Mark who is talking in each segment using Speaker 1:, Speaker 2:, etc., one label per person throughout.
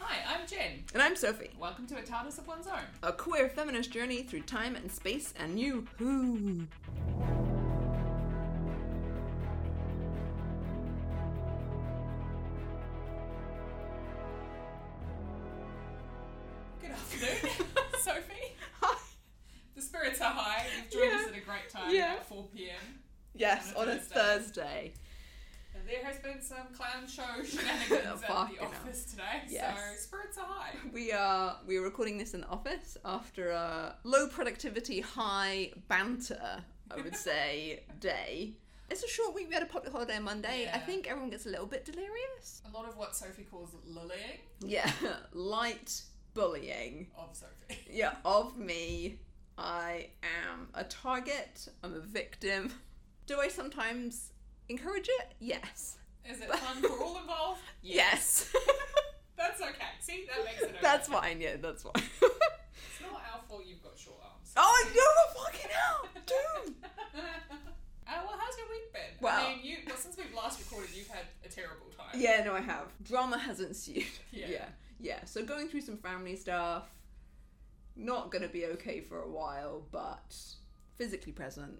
Speaker 1: Hi, I'm Jen.
Speaker 2: And I'm Sophie,
Speaker 1: Welcome to A TARDIS of One's Own.
Speaker 2: a queer feminist journey through time and space and you who.
Speaker 1: Good afternoon, Sophie.
Speaker 2: Hi.
Speaker 1: The spirits are high. You've joined us
Speaker 2: Yeah.
Speaker 1: at a great time
Speaker 2: Yeah.
Speaker 1: at 4 pm.
Speaker 2: Yes,
Speaker 1: On
Speaker 2: on
Speaker 1: a
Speaker 2: a Thursday.
Speaker 1: And there has been some clown show shenanigans at the
Speaker 2: Fucking hell.
Speaker 1: office today,
Speaker 2: Yes.
Speaker 1: so spirits are high.
Speaker 2: We are we are recording this in the office after a low productivity, high banter, I would say, day. It's a short week. We had a public holiday on Monday. I
Speaker 1: Yeah.
Speaker 2: think everyone gets a little bit delirious.
Speaker 1: A lot of what Sophie calls lullying
Speaker 2: Yeah, light bullying.
Speaker 1: of Sophie.
Speaker 2: Yeah, of me. I am a target. I'm a victim. Do I sometimes encourage it? Yes.
Speaker 1: Is it fun for all involved?
Speaker 2: Yes.
Speaker 1: That's okay. See, that makes it okay.
Speaker 2: That's fine. Yeah, that's fine.
Speaker 1: It's not our fault you've got short arms.
Speaker 2: oh, you're fucking out, dude.
Speaker 1: Uh, well, how's your week been? I
Speaker 2: Well-
Speaker 1: mean, you, well, since we've last recorded, you've had a terrible time.
Speaker 2: Yeah, no, I have. Drama has ensued.
Speaker 1: Yeah.
Speaker 2: yeah, yeah. So going through some family stuff. Not gonna be okay for a while, but physically present.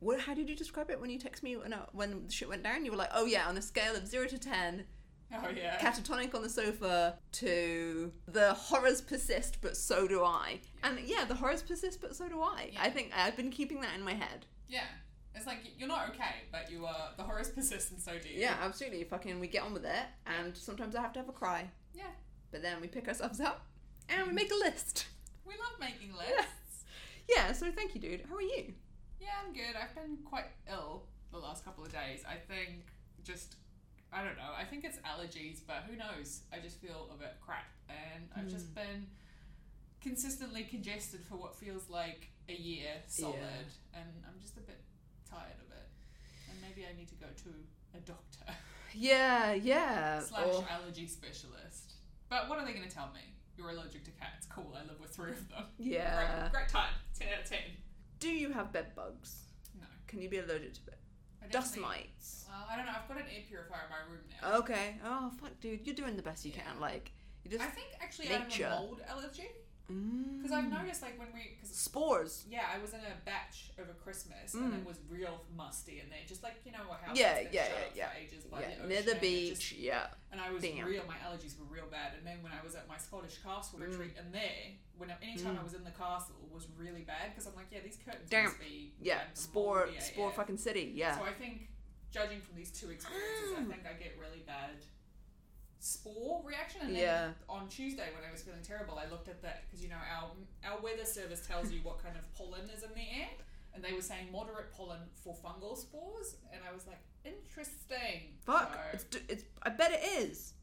Speaker 2: What? How did you describe it when you text me when, I, when the shit went down? You were like, "Oh yeah," on a scale of zero to ten,
Speaker 1: Oh, yeah.
Speaker 2: catatonic on the sofa to the horrors persist but so do i and yeah the horrors persist but so do i
Speaker 1: Yeah.
Speaker 2: i think i've been keeping that in my head
Speaker 1: Yeah. It's like you're not okay, but you are the horrors persist and so do you.
Speaker 2: yeah absolutely fucking we get on with it and sometimes i have to have a cry
Speaker 1: Yeah.
Speaker 2: but then we pick ourselves up and we make a list
Speaker 1: We love making lists.
Speaker 2: yeah so thank you dude how are you
Speaker 1: Yeah, I'm good. I've been quite ill the last couple of days. I think just I don't know. I think it's allergies, but who knows? I just feel a bit crap and I've just been consistently congested for what feels like a year solid and I'm just a bit tired of it. And maybe I need to go to a doctor.
Speaker 2: yeah yeah Oh,
Speaker 1: slash
Speaker 2: or-
Speaker 1: allergy specialist. But what are they going to tell me? You're allergic to cats. Cool. I live with three of them.
Speaker 2: yeah
Speaker 1: Great, great time. Ten out of ten.
Speaker 2: do you have bed bugs
Speaker 1: No.
Speaker 2: can you be allergic to it?
Speaker 1: I
Speaker 2: dust
Speaker 1: definitely-
Speaker 2: mites
Speaker 1: Well, Uh, I don't know. I've got an air purifier in my room now.
Speaker 2: okay oh fuck dude you're doing the best you
Speaker 1: Yeah.
Speaker 2: can like you just
Speaker 1: I think actually I
Speaker 2: nature. Mm.
Speaker 1: have a mold allergy because I've noticed like when we because
Speaker 2: spores
Speaker 1: yeah I was in a batch over Christmas and it was real musty and they just like you know what house
Speaker 2: Mm. Yeah,
Speaker 1: that's been
Speaker 2: yeah,
Speaker 1: shut
Speaker 2: yeah,
Speaker 1: up
Speaker 2: yeah.
Speaker 1: for ages by
Speaker 2: Yeah,
Speaker 1: the ocean
Speaker 2: near the
Speaker 1: and it just
Speaker 2: beach. yeah,
Speaker 1: And I was
Speaker 2: Damn.
Speaker 1: real, my allergies were real bad. And then when I was at my Scottish castle
Speaker 2: Mm.
Speaker 1: retreat, and there, when anytime I was in the castle, was really bad because I'm like, yeah, these curtains
Speaker 2: Damn.
Speaker 1: must be
Speaker 2: yeah.
Speaker 1: damp and
Speaker 2: Spore,
Speaker 1: moldy
Speaker 2: spore,
Speaker 1: AF.
Speaker 2: fucking city. Yeah.
Speaker 1: So I think, judging from these two experiences, I think I get really bad spore reaction. And then
Speaker 2: Yeah.
Speaker 1: on Tuesday, when I was feeling terrible, I looked at that because you know our our weather service tells you what kind of pollen is in the air, and they were saying moderate pollen for fungal spores, and I was like, interesting.
Speaker 2: Fuck.
Speaker 1: So-
Speaker 2: It's, d- it's. I bet it is.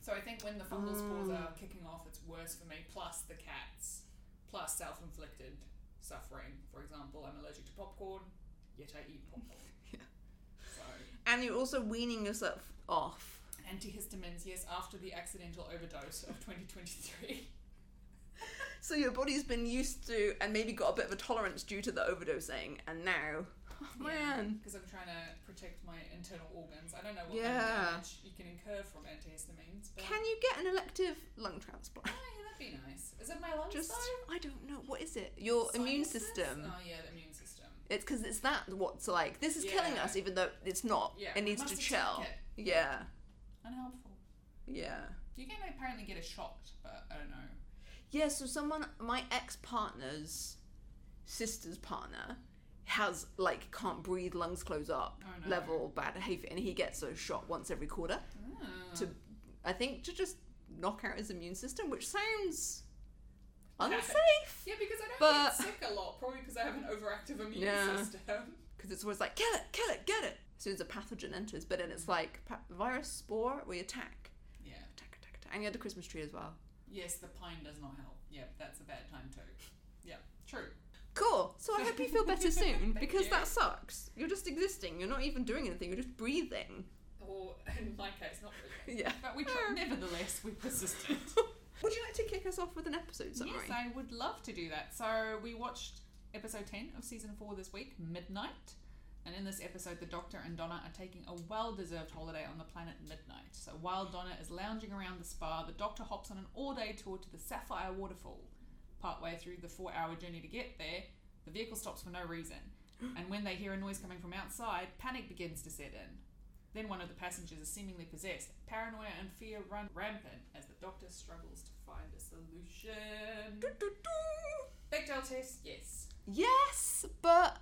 Speaker 1: so I think when the fungal spores are
Speaker 2: Mm.
Speaker 1: kicking off, it's worse for me. Plus the cats, plus self-inflicted suffering. For example, I'm allergic to popcorn, yet I eat popcorn. So
Speaker 2: And you're also weaning yourself off.
Speaker 1: antihistamines, yes, after the accidental overdose of 2023.
Speaker 2: So your body's been used to and maybe got a bit of a tolerance due to the overdosing, and now, oh, man,
Speaker 1: Because I'm trying to protect my internal organs. I don't know what
Speaker 2: Yeah.
Speaker 1: damage you can incur from antihistamines, but
Speaker 2: can you get an elective lung transplant?
Speaker 1: Oh, yeah, that'd be nice. Is it my lungs
Speaker 2: Just
Speaker 1: though?
Speaker 2: I don't know what is it. Your immune
Speaker 1: Sinuses?
Speaker 2: system.
Speaker 1: Oh yeah, the immune system.
Speaker 2: It's because it's that what's like. This is killing
Speaker 1: Yeah.
Speaker 2: us, even though it's not.
Speaker 1: Yeah,
Speaker 2: it
Speaker 1: we
Speaker 2: needs
Speaker 1: must
Speaker 2: to
Speaker 1: attack
Speaker 2: chill.
Speaker 1: it.
Speaker 2: Yeah,
Speaker 1: Unhelpful.
Speaker 2: yeah.
Speaker 1: You can apparently get a shot, but I don't know.
Speaker 2: Yeah, so someone, my ex partner's sister's partner, has like can't breathe, lungs close up,
Speaker 1: Oh, no.
Speaker 2: level bad hay fever, and he gets a shot once every quarter
Speaker 1: Mm.
Speaker 2: to, I think, to just knock out his immune system, which sounds
Speaker 1: Yeah.
Speaker 2: unsafe
Speaker 1: Yeah, because I don't
Speaker 2: But-
Speaker 1: get sick a lot, probably because I have an overactive immune
Speaker 2: Yeah.
Speaker 1: system.
Speaker 2: because it's always like kill it, kill it, get it. As soon as a pathogen enters, but then it's like pa- virus spore, we attack,
Speaker 1: Yeah.
Speaker 2: attack, attack, attack, and you had the Christmas tree as well.
Speaker 1: Yes, the pine does not help. Yeah, that's a bad time too. Yeah, true.
Speaker 2: Cool. So I hope you feel better soon
Speaker 1: Thank
Speaker 2: because
Speaker 1: you.
Speaker 2: that sucks. You're just existing. You're not even doing anything. You're just breathing.
Speaker 1: Or in my case, not really.
Speaker 2: Yeah.
Speaker 1: But we tr- nevertheless we persisted.
Speaker 2: Would you like to kick us off with an episode summary?
Speaker 1: Yes, I would love to do that. So we watched episode ten of season four this week, Midnight. And in this episode, the Doctor and Donna are taking a well deserved holiday on the planet Midnight. So while Donna is lounging around the spa, the Doctor hops on an all day tour to the Sapphire Waterfall. Partway through the four hour journey to get there, the vehicle stops for no reason. And when they hear a noise coming from outside, panic begins to set in. Then one of the passengers is seemingly possessed. Paranoia and fear run rampant as the Doctor struggles to find a solution. Bechdel test, yes.
Speaker 2: Yes, but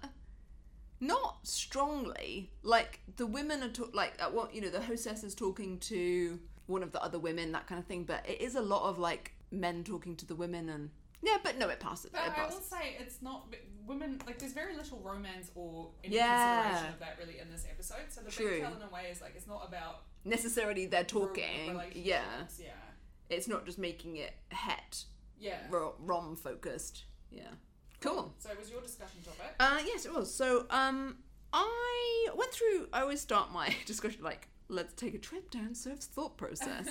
Speaker 2: not strongly. Like the women are talk- like at what you know the hostess is talking to one of the other women, that kind of thing. But it is a lot of like men talking to the women, and yeah, but no, it passes.
Speaker 1: But
Speaker 2: it
Speaker 1: I will
Speaker 2: passes.
Speaker 1: say it's not women like there's very little romance or any
Speaker 2: Yeah.
Speaker 1: consideration of that really in this episode. So the
Speaker 2: True.
Speaker 1: big tell in a way is like it's not about
Speaker 2: Necessarily, they're
Speaker 1: ro-
Speaker 2: talking.
Speaker 1: relationships.
Speaker 2: Yeah,
Speaker 1: yeah,
Speaker 2: it's not just making it het
Speaker 1: yeah.
Speaker 2: ro- rom focused. Yeah, cool.
Speaker 1: So it was your discussion topic.
Speaker 2: Uh, yes, it was. So, um, I went through. I always start my discussion like, "Let's take a trip down Surf's thought process."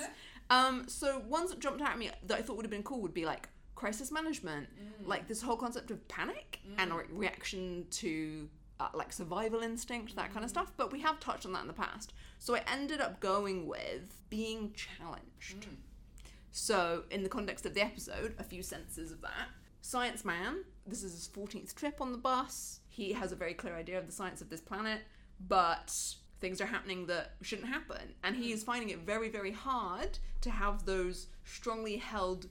Speaker 2: um, so ones that jumped out at me that I thought would have been cool would be like crisis management, like this whole concept of panic and like reaction to. Uh, like survival instinct, that kind of stuff, but we have touched on that in the past. So I ended up going with being challenged. So, in the context of the episode, a few senses of that. Science Man, this is his 14th trip on the bus. He has a very clear idea of the science of this planet, but things are happening that shouldn't happen. And he is finding it very, very hard to have those strongly held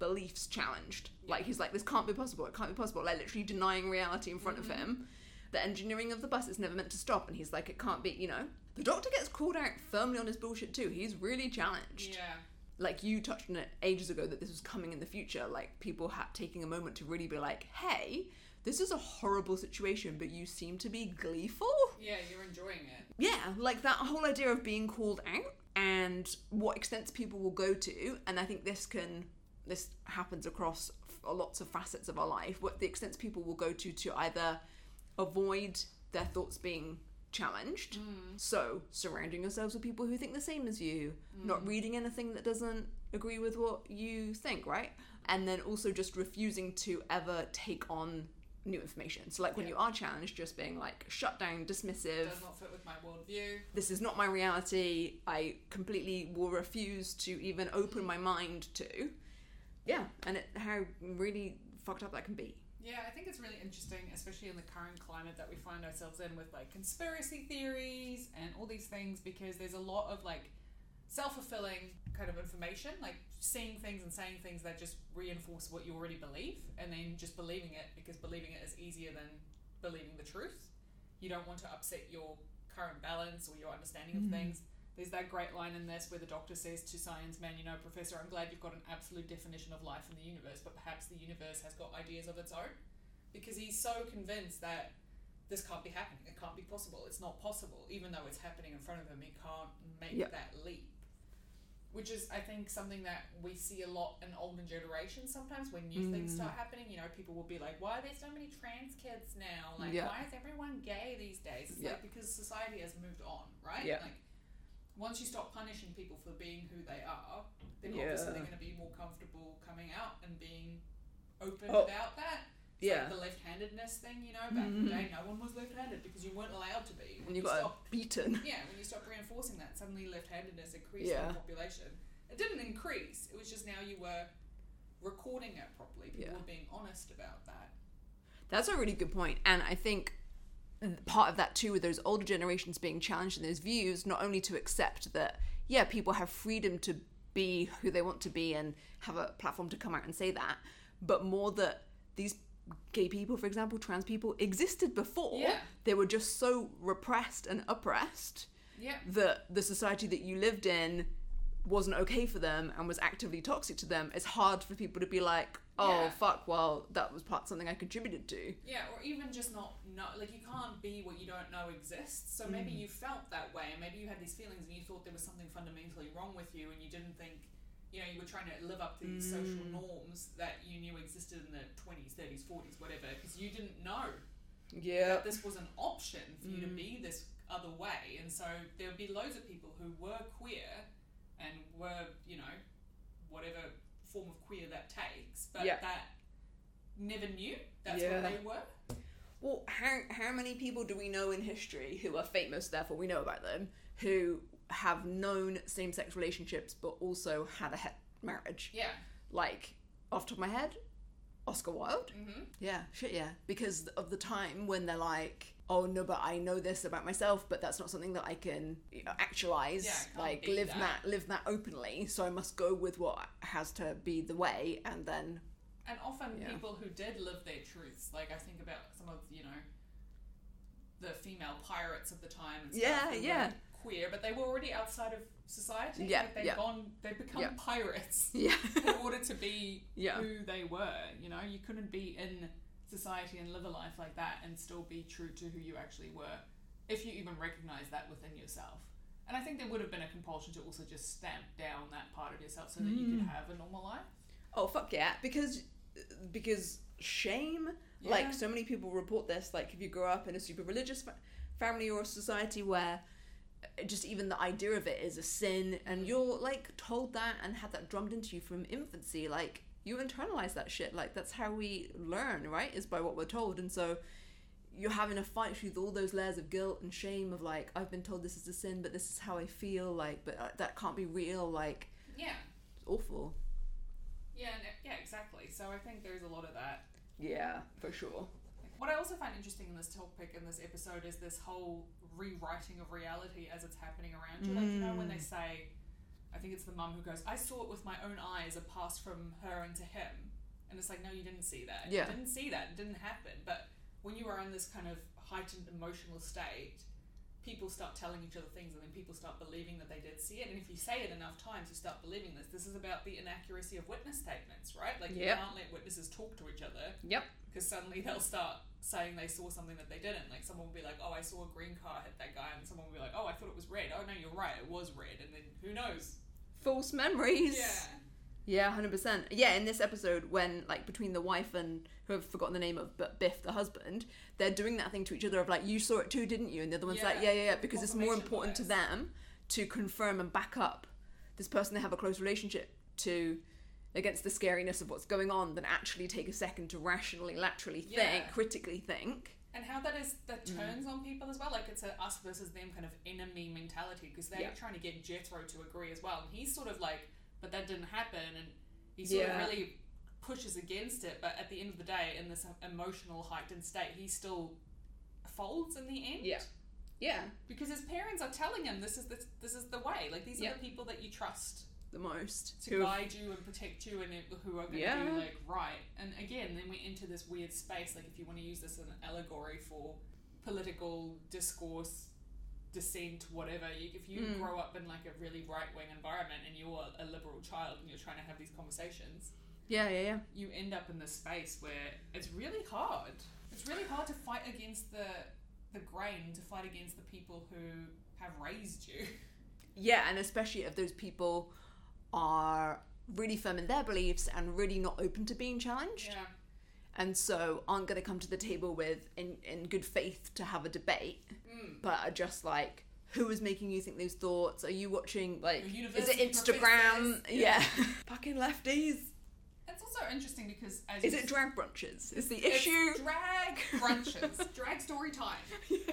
Speaker 2: beliefs challenged. Like, he's like, this can't be possible, it can't be possible. Like, literally denying reality in front of him. The engineering of the bus is never meant to stop, and he's like, it can't be, you know? The doctor gets called out firmly on his bullshit, too. He's really challenged
Speaker 1: Yeah,
Speaker 2: like you touched on it ages ago that this was coming in the future like people had taking a moment to really be like hey this is a horrible situation but you seem to be gleeful
Speaker 1: yeah, you're enjoying it.
Speaker 2: yeah like that whole idea of being called out and what extents people will go to and i think this can this happens across f- lots of facets of our life what the extents people will go to to either avoid their thoughts being challenged so surrounding yourselves with people who think the same as you not reading anything that doesn't agree with what you think right and then also just refusing to ever take on new information so like when
Speaker 1: Yeah.
Speaker 2: you are challenged just being like shut down dismissive
Speaker 1: Does not fit with my worldview.
Speaker 2: this is not my reality. I completely will refuse to even open my mind to. Yeah, and it, how really fucked up that can be.
Speaker 1: Yeah, I think it's really interesting, especially in the current climate that we find ourselves in with like conspiracy theories and all these things, because there's a lot of like self fulfilling kind of information, like seeing things and saying things that just reinforce what you already believe and then just believing it because believing it is easier than believing the truth. You don't want to upset your current balance or your understanding of things. There's that great line in this where the doctor says to Science Man, you know, Professor, I'm glad you've got an absolute definition of life in the universe, but perhaps the universe has got ideas of its own. Because he's so convinced that this can't be happening, it can't be possible, it's not possible, even though it's happening in front of him, he can't make
Speaker 2: Yep.
Speaker 1: that leap. Which is, I think, something that we see a lot in older generations sometimes when new things
Speaker 2: Mm.
Speaker 1: start happening. You know, people will be like, why are there so many trans kids now? Like,
Speaker 2: Yeah.
Speaker 1: why is everyone gay these days? It's
Speaker 2: Yeah.
Speaker 1: like because society has moved on, right?
Speaker 2: Yeah.
Speaker 1: Like, once you stop punishing people for being who they are, then
Speaker 2: Yeah.
Speaker 1: obviously they're going to be more comfortable coming out and being open
Speaker 2: Oh.
Speaker 1: about that. It's
Speaker 2: Yeah, Mm-hmm.
Speaker 1: like the left-handedness thing, you know, back in the day, no one was left-handed because you weren't allowed to be.
Speaker 2: and you got
Speaker 1: stop,
Speaker 2: beaten.
Speaker 1: yeah, when you stop reinforcing that, suddenly left-handedness increased in
Speaker 2: Yeah.
Speaker 1: the population. It didn't increase; it was just now you were recording it properly. People
Speaker 2: Yeah.
Speaker 1: were being honest about that.
Speaker 2: That's a really good point, and I think part of that too with those older generations being challenged in those views, not only to accept that yeah, people have freedom to be who they want to be and have a platform to come out and say that, but more that these gay people, for example, trans people existed before.
Speaker 1: Yeah.
Speaker 2: They were just so repressed and oppressed
Speaker 1: Yeah,
Speaker 2: that the society that you lived in wasn't okay for them and was actively toxic to them. It's hard for people to be like, oh
Speaker 1: Yeah.
Speaker 2: fuck, well that was part something I contributed to.
Speaker 1: Yeah, or even just not know, like you can't be what you don't know exists. So maybe
Speaker 2: Mm.
Speaker 1: you felt that way, and maybe you had these feelings, and you thought there was something fundamentally wrong with you, and you didn't think, you know, you were trying to live up to these social
Speaker 2: Mm.
Speaker 1: norms that you knew existed in the 20s, 30s, 40s, whatever, because you didn't know
Speaker 2: Yeah. Mm.
Speaker 1: that this was an option for you to be this other way. And so there would be loads of people who were queer and were, you know, whatever form of queer that takes, but
Speaker 2: Yeah.
Speaker 1: that never knew that's
Speaker 2: Yeah.
Speaker 1: what they were.
Speaker 2: well, how how many people do we know in history who are famous? Therefore, we know about them who have known same sex relationships, but also had a he- marriage.
Speaker 1: Yeah.
Speaker 2: Like off the top of my head, Oscar Wilde.
Speaker 1: Mm-hmm.
Speaker 2: Yeah, shit, yeah. Because of the time when they're like, oh no, but I know this about myself, but that's not something that I can you know, actualize,
Speaker 1: Yeah, I can't
Speaker 2: like
Speaker 1: be
Speaker 2: live
Speaker 1: that."
Speaker 2: that. live that openly. So I must go with what has to be the way, and then
Speaker 1: And often
Speaker 2: Yeah.
Speaker 1: people who did live their truths, like I think about some of you know the female pirates of the time. And stuff,
Speaker 2: Yeah,
Speaker 1: who
Speaker 2: yeah.
Speaker 1: were Queer, but they were already outside of society.
Speaker 2: Yeah,
Speaker 1: like they've
Speaker 2: yeah.
Speaker 1: gone. They become
Speaker 2: Yeah.
Speaker 1: pirates
Speaker 2: yeah,
Speaker 1: in order to be
Speaker 2: yeah,
Speaker 1: who they were. You know, you couldn't be in society and live a life like that and still be true to who you actually were, if you even recognize that within yourself. And I think there would have been a compulsion to also just stamp down that part of yourself so that you
Speaker 2: Mm.
Speaker 1: could have a normal life.
Speaker 2: Oh fuck yeah! Because because shame.
Speaker 1: Yeah.
Speaker 2: Like so many people report this. Like if you grow up in a super religious fa- family or society where uh, just even the idea of it is a sin, and you're like told that and had that drummed into you from infancy, like you internalize that shit. Like that's how we learn, right? Is by what we're told, and so. You're having a fight through all those layers of guilt and shame of like I've been told this is a sin, but this is how I feel like, but uh, that can't be real. Like
Speaker 1: Yeah.
Speaker 2: it's awful.
Speaker 1: Yeah, no, yeah, exactly. So I think there's a lot of that.
Speaker 2: Yeah, for sure.
Speaker 1: What I also find interesting in this topic in this episode is this whole rewriting of reality as it's happening around you. Like you know when they
Speaker 2: Mm.
Speaker 1: say, I think it's the mum who goes, "I saw it with my own eyes, a pass from her into him," and it's like, no, you didn't see that.
Speaker 2: Yeah.
Speaker 1: You didn't see that. It didn't happen. But when you are in this kind of heightened emotional state, people start telling each other things, and then people start believing that they did see it. And if you say it enough times, you start believing this. This is about the inaccuracy of witness statements, right? Like you
Speaker 2: Yep.
Speaker 1: can't let witnesses talk to each other
Speaker 2: Yep.
Speaker 1: because suddenly they'll start saying they saw something that they didn't. Like someone will be like, "Oh, I saw a green car hit that guy," and someone will be like, "Oh, I thought it was red." Oh no, you're right, it was red. And then who knows?
Speaker 2: false memories. Yeah, hundred percent. Yeah, in this episode, when like between the wife and who I've forgotten the name of, but Biff, the husband, they're doing that thing to each other of like, you saw it too, didn't you? And the other one's like,
Speaker 1: Yeah,
Speaker 2: yeah, yeah, yeah, because it's more
Speaker 1: confirmation
Speaker 2: important to
Speaker 1: bias.
Speaker 2: them to confirm and back up this person they have a close relationship to against the scariness of what's going on than actually take a second to rationally, laterally think,
Speaker 1: Yeah.
Speaker 2: critically think.
Speaker 1: And how that is that
Speaker 2: Mm.
Speaker 1: turns on people as well. Like it's a us versus them kind of enemy mentality because they're
Speaker 2: Yeah.
Speaker 1: trying to get Jethro to agree as well, and he's sort of like, "But that didn't happen," and he sort
Speaker 2: Yeah.
Speaker 1: of really pushes against it. But at the end of the day, in this emotional heightened state, he still folds in the end.
Speaker 2: Yeah. Yeah.
Speaker 1: because his parents are telling him this is the, this is the way. Like these are
Speaker 2: Yeah.
Speaker 1: the people that you trust
Speaker 2: The most.
Speaker 1: to
Speaker 2: Who-
Speaker 1: guide you and protect you, and who are going to
Speaker 2: Yeah.
Speaker 1: be like right. And again, then we enter this weird space. Like if you want to use this as an allegory for political discourse, dissent, whatever. You, if you
Speaker 2: Mm.
Speaker 1: grow up in like a really right wing environment and you're a liberal child and you're trying to have these conversations,
Speaker 2: Yeah, yeah, yeah.
Speaker 1: you end up in this space where it's really hard. It's really hard to fight against the the grain, to fight against the people who have raised you.
Speaker 2: Yeah, and especially if those people are really firm in their beliefs and really not open to being challenged,
Speaker 1: Yeah.
Speaker 2: and so aren't going to come to the table with in, in good faith to have a debate,
Speaker 1: Mm.
Speaker 2: but are just like, who is making you think those thoughts? Are you watching like,
Speaker 1: Your
Speaker 2: is it
Speaker 1: university
Speaker 2: Instagram?
Speaker 1: professors?
Speaker 2: Yeah, fucking lefties.
Speaker 1: It's also interesting because as
Speaker 2: Is
Speaker 1: you
Speaker 2: it drag brunches? Is the
Speaker 1: It's
Speaker 2: issue?
Speaker 1: drag brunches, drag story time,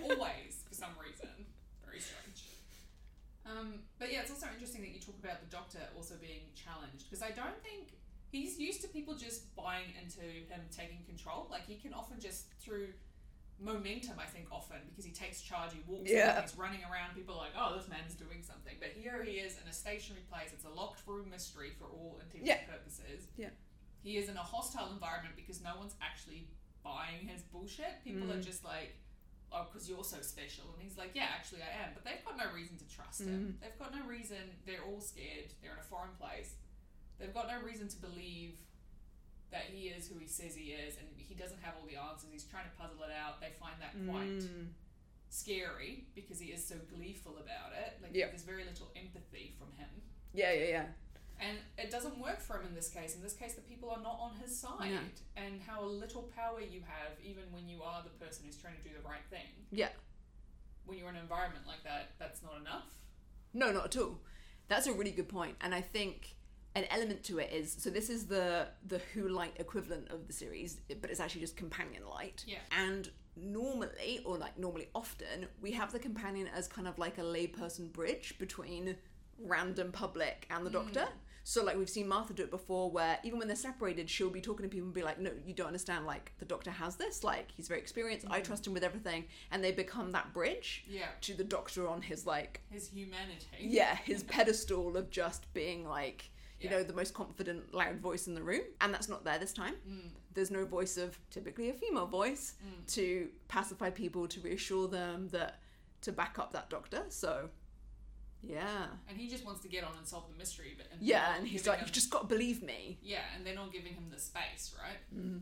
Speaker 1: always for some reason. Very strange. Um, but yeah, it's also interesting that you talk about the doctor also being challenged because I don't think he's used to people just buying into him taking control. Like he can often just through momentum, I think often because he takes charge, he walks, in,
Speaker 2: Yeah.
Speaker 1: he's running around. People are like, oh, this man's doing something. But here he is in a stationary place. It's a locked room mystery for all intents
Speaker 2: Yeah.
Speaker 1: and purposes.
Speaker 2: Yeah.
Speaker 1: He is in a hostile environment because no one's actually buying his bullshit. People
Speaker 2: Mm.
Speaker 1: are just like, oh, because you're so special. And he's like, yeah, actually I am. But they've got no reason to trust
Speaker 2: Mm.
Speaker 1: him. They've got no reason. They're all scared. They're in a foreign place. They've got no reason to believe that he is who he says he is. And he doesn't have all the answers. He's trying to puzzle it out. They find that quite
Speaker 2: Mm.
Speaker 1: scary because he is so gleeful about it. Like,
Speaker 2: Yeah.
Speaker 1: there's very little empathy from him.
Speaker 2: Yeah, yeah, yeah.
Speaker 1: And it doesn't work for him in this case. In this case, the people are not on his side. And how little power you have, even when you are the person who's trying to do the right thing.
Speaker 2: Yeah.
Speaker 1: When you're in an environment like that, that's not enough.
Speaker 2: No, not at all. That's a really good point, and I think an element to it is so this is the the Who Light equivalent of the series, but it's actually just Companion Light.
Speaker 1: Yeah.
Speaker 2: And normally or like normally often we have the companion as kind of like a layperson bridge between random public and the doctor so like we've seen martha do it before where even when they're separated she'll be talking to people and be like no you don't understand like the doctor has this like he's very experienced i trust him with everything and they become that bridge
Speaker 1: Yeah.
Speaker 2: to the doctor on his like
Speaker 1: His humanity.
Speaker 2: yeah his pedestal of just being like you
Speaker 1: Yeah.
Speaker 2: know the most confident loud voice in the room and that's not there this time
Speaker 1: Mm.
Speaker 2: there's no voice of typically a female voice
Speaker 1: Mm.
Speaker 2: to pacify people to reassure them that to back up that doctor so yeah
Speaker 1: And he just wants to get on and solve the mystery. But and they're
Speaker 2: yeah
Speaker 1: not
Speaker 2: and he's
Speaker 1: giving
Speaker 2: like
Speaker 1: him-
Speaker 2: you just got to believe me
Speaker 1: yeah, and they're not giving him the space, right?
Speaker 2: mm.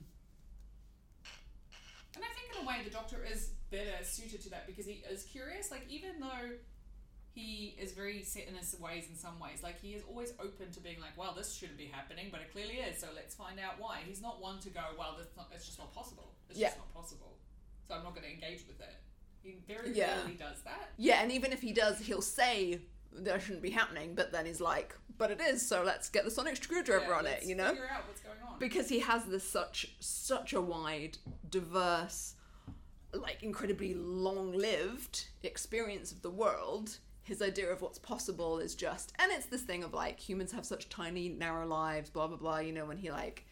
Speaker 1: And I think in a way the Doctor is better suited to that because he is curious. Like even though he is very set in his ways in some ways, like he is always open to being like, well, this shouldn't be happening, but it clearly is. So let's find out why. He's not one to go, well, that's not. It's just not possible. It's
Speaker 2: Yeah.
Speaker 1: just not possible. So I'm not going to engage with it. He very
Speaker 2: Yeah.
Speaker 1: rarely does that.
Speaker 2: yeah and even if he does he'll say that shouldn't be happening but then he's like but it is so let's get the sonic screwdriver
Speaker 1: Yeah,
Speaker 2: on it
Speaker 1: let's
Speaker 2: you know
Speaker 1: Figure out what's going on.
Speaker 2: because he has this such such a wide diverse like incredibly long lived experience of the world his idea of what's possible is just and it's this thing of like humans have such tiny narrow lives blah blah blah you know when he like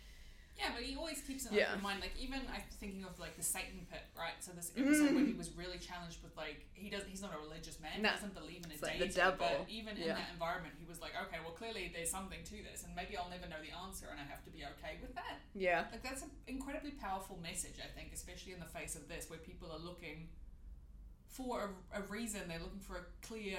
Speaker 1: Yeah, but he always keeps an
Speaker 2: Yeah.
Speaker 1: open mind. Like even I'm thinking of like the Satan pit, right? So this episode
Speaker 2: Mm.
Speaker 1: where he was really challenged with like he does he's not a religious man,
Speaker 2: No.
Speaker 1: he doesn't believe in a
Speaker 2: It's like the
Speaker 1: deity.
Speaker 2: devil.
Speaker 1: But even in
Speaker 2: Yeah.
Speaker 1: that environment, he was like, okay, well clearly there's something to this, and maybe I'll never know the answer, and I have to be okay with that.
Speaker 2: yeah
Speaker 1: Like that's an incredibly powerful message, I think, especially in the face of this, where people are looking for a, a reason, they're looking for a clear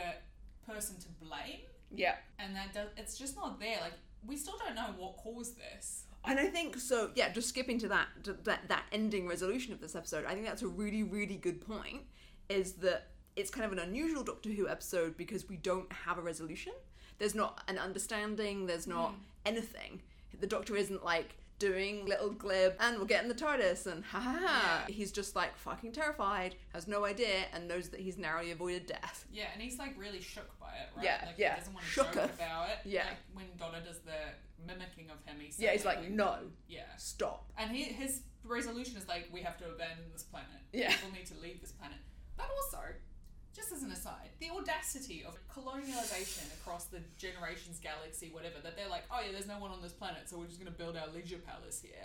Speaker 1: person to blame,
Speaker 2: yeah
Speaker 1: and that does it's just not there. Like we still don't know what caused this.
Speaker 2: and i think so yeah just skipping to that to that that ending resolution of this episode i think that's a really really good point is that it's kind of an unusual doctor who episode because we don't have a resolution there's not an understanding there's not anything the doctor isn't like doing little glib and we'll get in the tardis and ha ha ha he's just like fucking terrified has no idea and knows that he's narrowly avoided death
Speaker 1: Yeah, and he's like really shook by it, right?
Speaker 2: Yeah,
Speaker 1: like,
Speaker 2: yeah.
Speaker 1: He doesn't want to
Speaker 2: Shooketh.
Speaker 1: joke about it.
Speaker 2: Yeah.
Speaker 1: Like when Donna does the mimicking of him, he's
Speaker 2: yeah he's like no
Speaker 1: yeah.
Speaker 2: stop
Speaker 1: And he, his resolution is like, we have to abandon this planet.
Speaker 2: Yeah.
Speaker 1: People need to leave this planet. But also, just as an aside, the audacity of colonialization across the generations, galaxy, whatever, that they're like, oh yeah, there's no one on this planet, so we're just going to build our leisure palace here.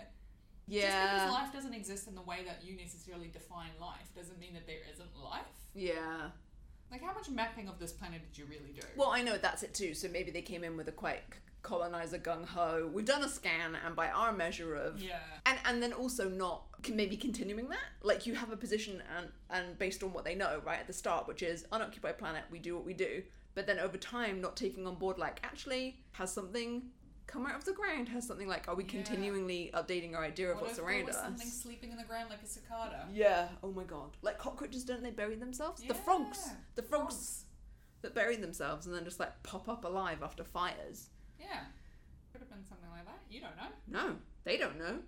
Speaker 1: Just because
Speaker 2: yeah
Speaker 1: life doesn't exist in the way that you necessarily define life doesn't mean that there isn't life.
Speaker 2: yeah
Speaker 1: Like, how much mapping of this planet did you really do?
Speaker 2: Well, I know that's it too. So maybe they came in with a quite colonizer gung ho. We've done a scan, and by our measure of
Speaker 1: yeah.
Speaker 2: and and then also not can maybe continuing that. Like you have a position and and based on what they know right at the start, which is unoccupied planet, we do what we do. But then over time, not taking on board like actually has something come out of the ground? Has something like are we
Speaker 1: Yeah.
Speaker 2: continually updating our idea of
Speaker 1: What
Speaker 2: what's
Speaker 1: if
Speaker 2: around
Speaker 1: there was something
Speaker 2: us?
Speaker 1: sleeping in the ground like a cicada?
Speaker 2: Yeah. Oh my god. Like cockroaches, don't they bury themselves? The frogs.
Speaker 1: Yeah.
Speaker 2: The frogs that bury themselves and then just like pop up alive after fires.
Speaker 1: Yeah. Could have been something like that. You don't know.
Speaker 2: No, they don't know.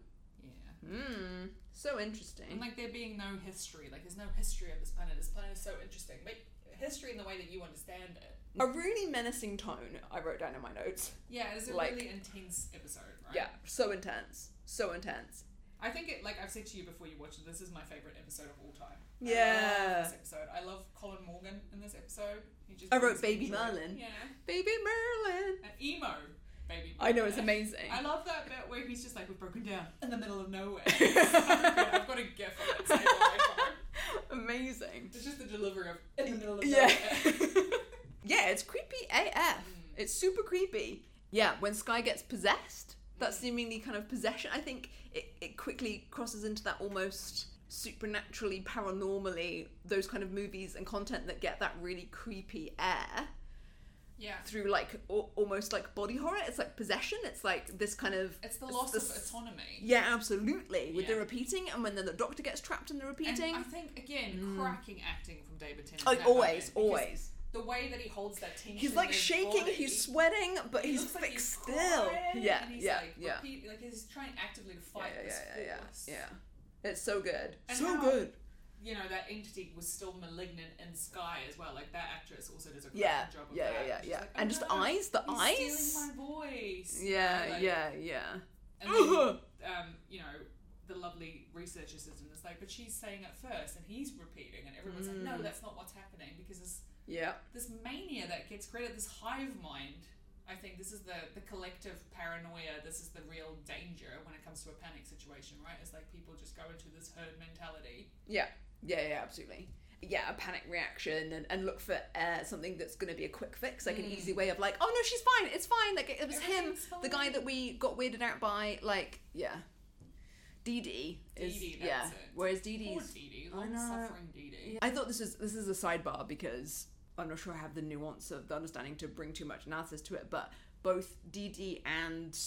Speaker 1: Yeah.
Speaker 2: Hmm. So
Speaker 1: And
Speaker 2: interesting.
Speaker 1: like there being no history, like there's no history of this planet. This planet is so interesting, but history in the way that you understand it.
Speaker 2: A really menacing tone I wrote down in my notes.
Speaker 1: Yeah, it's a
Speaker 2: Like-
Speaker 1: really intense episode, right?
Speaker 2: Yeah, so intense. So intense.
Speaker 1: I think it, like I've said to you before you watched it, this is my favorite episode of all time. I
Speaker 2: Yeah.
Speaker 1: love this episode. I love Colin Morgan in this episode. He just
Speaker 2: I
Speaker 1: brings
Speaker 2: wrote Baby
Speaker 1: joy.
Speaker 2: Merlin.
Speaker 1: Yeah.
Speaker 2: Baby Merlin.
Speaker 1: An emo baby. Merlin.
Speaker 2: I know, it's amazing.
Speaker 1: I love that bit where he's just like, we've broken down in the middle of nowhere. It's so good. I've got a gif of it. saved on my phone.
Speaker 2: Amazing.
Speaker 1: It's just the delivery of in the middle of
Speaker 2: Yeah.
Speaker 1: nowhere.
Speaker 2: yeah, it's creepy AF.
Speaker 1: Mm.
Speaker 2: It's super creepy. Yeah, when Sky gets possessed, that seemingly kind of possession, I think it, it quickly crosses into that almost supernaturally, paranormally, those kind of movies and content that get that really creepy air
Speaker 1: Yeah.
Speaker 2: through like al- almost like body horror. It's like possession. It's like this kind of.
Speaker 1: It's the
Speaker 2: It's
Speaker 1: loss
Speaker 2: the
Speaker 1: of
Speaker 2: s-
Speaker 1: autonomy.
Speaker 2: Yeah, absolutely. With the
Speaker 1: Yeah.
Speaker 2: repeating, and when then the doctor gets trapped in the repeating.
Speaker 1: And I think again, cracking acting from David Tennant.
Speaker 2: Mm. Oh,
Speaker 1: in that
Speaker 2: always,
Speaker 1: moment, because
Speaker 2: always.
Speaker 1: The way that he holds that tension.
Speaker 2: He's
Speaker 1: in
Speaker 2: like
Speaker 1: his
Speaker 2: shaking,
Speaker 1: body,
Speaker 2: he's sweating, but
Speaker 1: he
Speaker 2: he's
Speaker 1: looks like
Speaker 2: fixed still.
Speaker 1: crying,
Speaker 2: Yeah,
Speaker 1: and he's
Speaker 2: yeah,
Speaker 1: like,
Speaker 2: yeah.
Speaker 1: repeat- like he's trying actively to
Speaker 2: Yeah,
Speaker 1: fight
Speaker 2: yeah,
Speaker 1: this
Speaker 2: yeah, yeah,
Speaker 1: force.
Speaker 2: yeah. It's so good.
Speaker 1: And
Speaker 2: so
Speaker 1: how-
Speaker 2: good.
Speaker 1: You know that entity was still malignant in Sky as well. Like that actress also does a great
Speaker 2: Yeah,
Speaker 1: job of
Speaker 2: yeah,
Speaker 1: that.
Speaker 2: yeah, yeah,
Speaker 1: She's
Speaker 2: yeah.
Speaker 1: like,
Speaker 2: and
Speaker 1: "Oh
Speaker 2: just the
Speaker 1: no,
Speaker 2: eyes, the
Speaker 1: he's
Speaker 2: eyes.
Speaker 1: Stealing my voice.
Speaker 2: Yeah,
Speaker 1: Like,
Speaker 2: yeah, yeah.
Speaker 1: And then, um, you know, the lovely research assistant is like, but she's saying it first, and he's repeating, and everyone's like,
Speaker 2: Mm.
Speaker 1: no, that's not what's happening because this
Speaker 2: Yeah.
Speaker 1: this mania that gets created, this hive mind. I think this is the the collective paranoia. This is the real danger when it comes to a panic situation, right? It's like people just go into this herd mentality.
Speaker 2: Yeah, yeah, absolutely. Yeah, a panic reaction and, and look for uh, something that's going to be a quick fix, like an
Speaker 1: Mm.
Speaker 2: easy way of like, oh no, she's fine, it's fine. Like it was him,
Speaker 1: Everything's
Speaker 2: the guy
Speaker 1: fine.
Speaker 2: that we got weirded out by. Like yeah, DD is
Speaker 1: DD, that's
Speaker 2: yeah.
Speaker 1: it.
Speaker 2: Whereas
Speaker 1: Poor
Speaker 2: DD's,
Speaker 1: Dee Dee,
Speaker 2: I
Speaker 1: long
Speaker 2: know.
Speaker 1: suffering Dee Dee.
Speaker 2: I thought this was this is a sidebar because I'm not sure I have the nuance of the understanding to bring too much analysis to it, but both DD and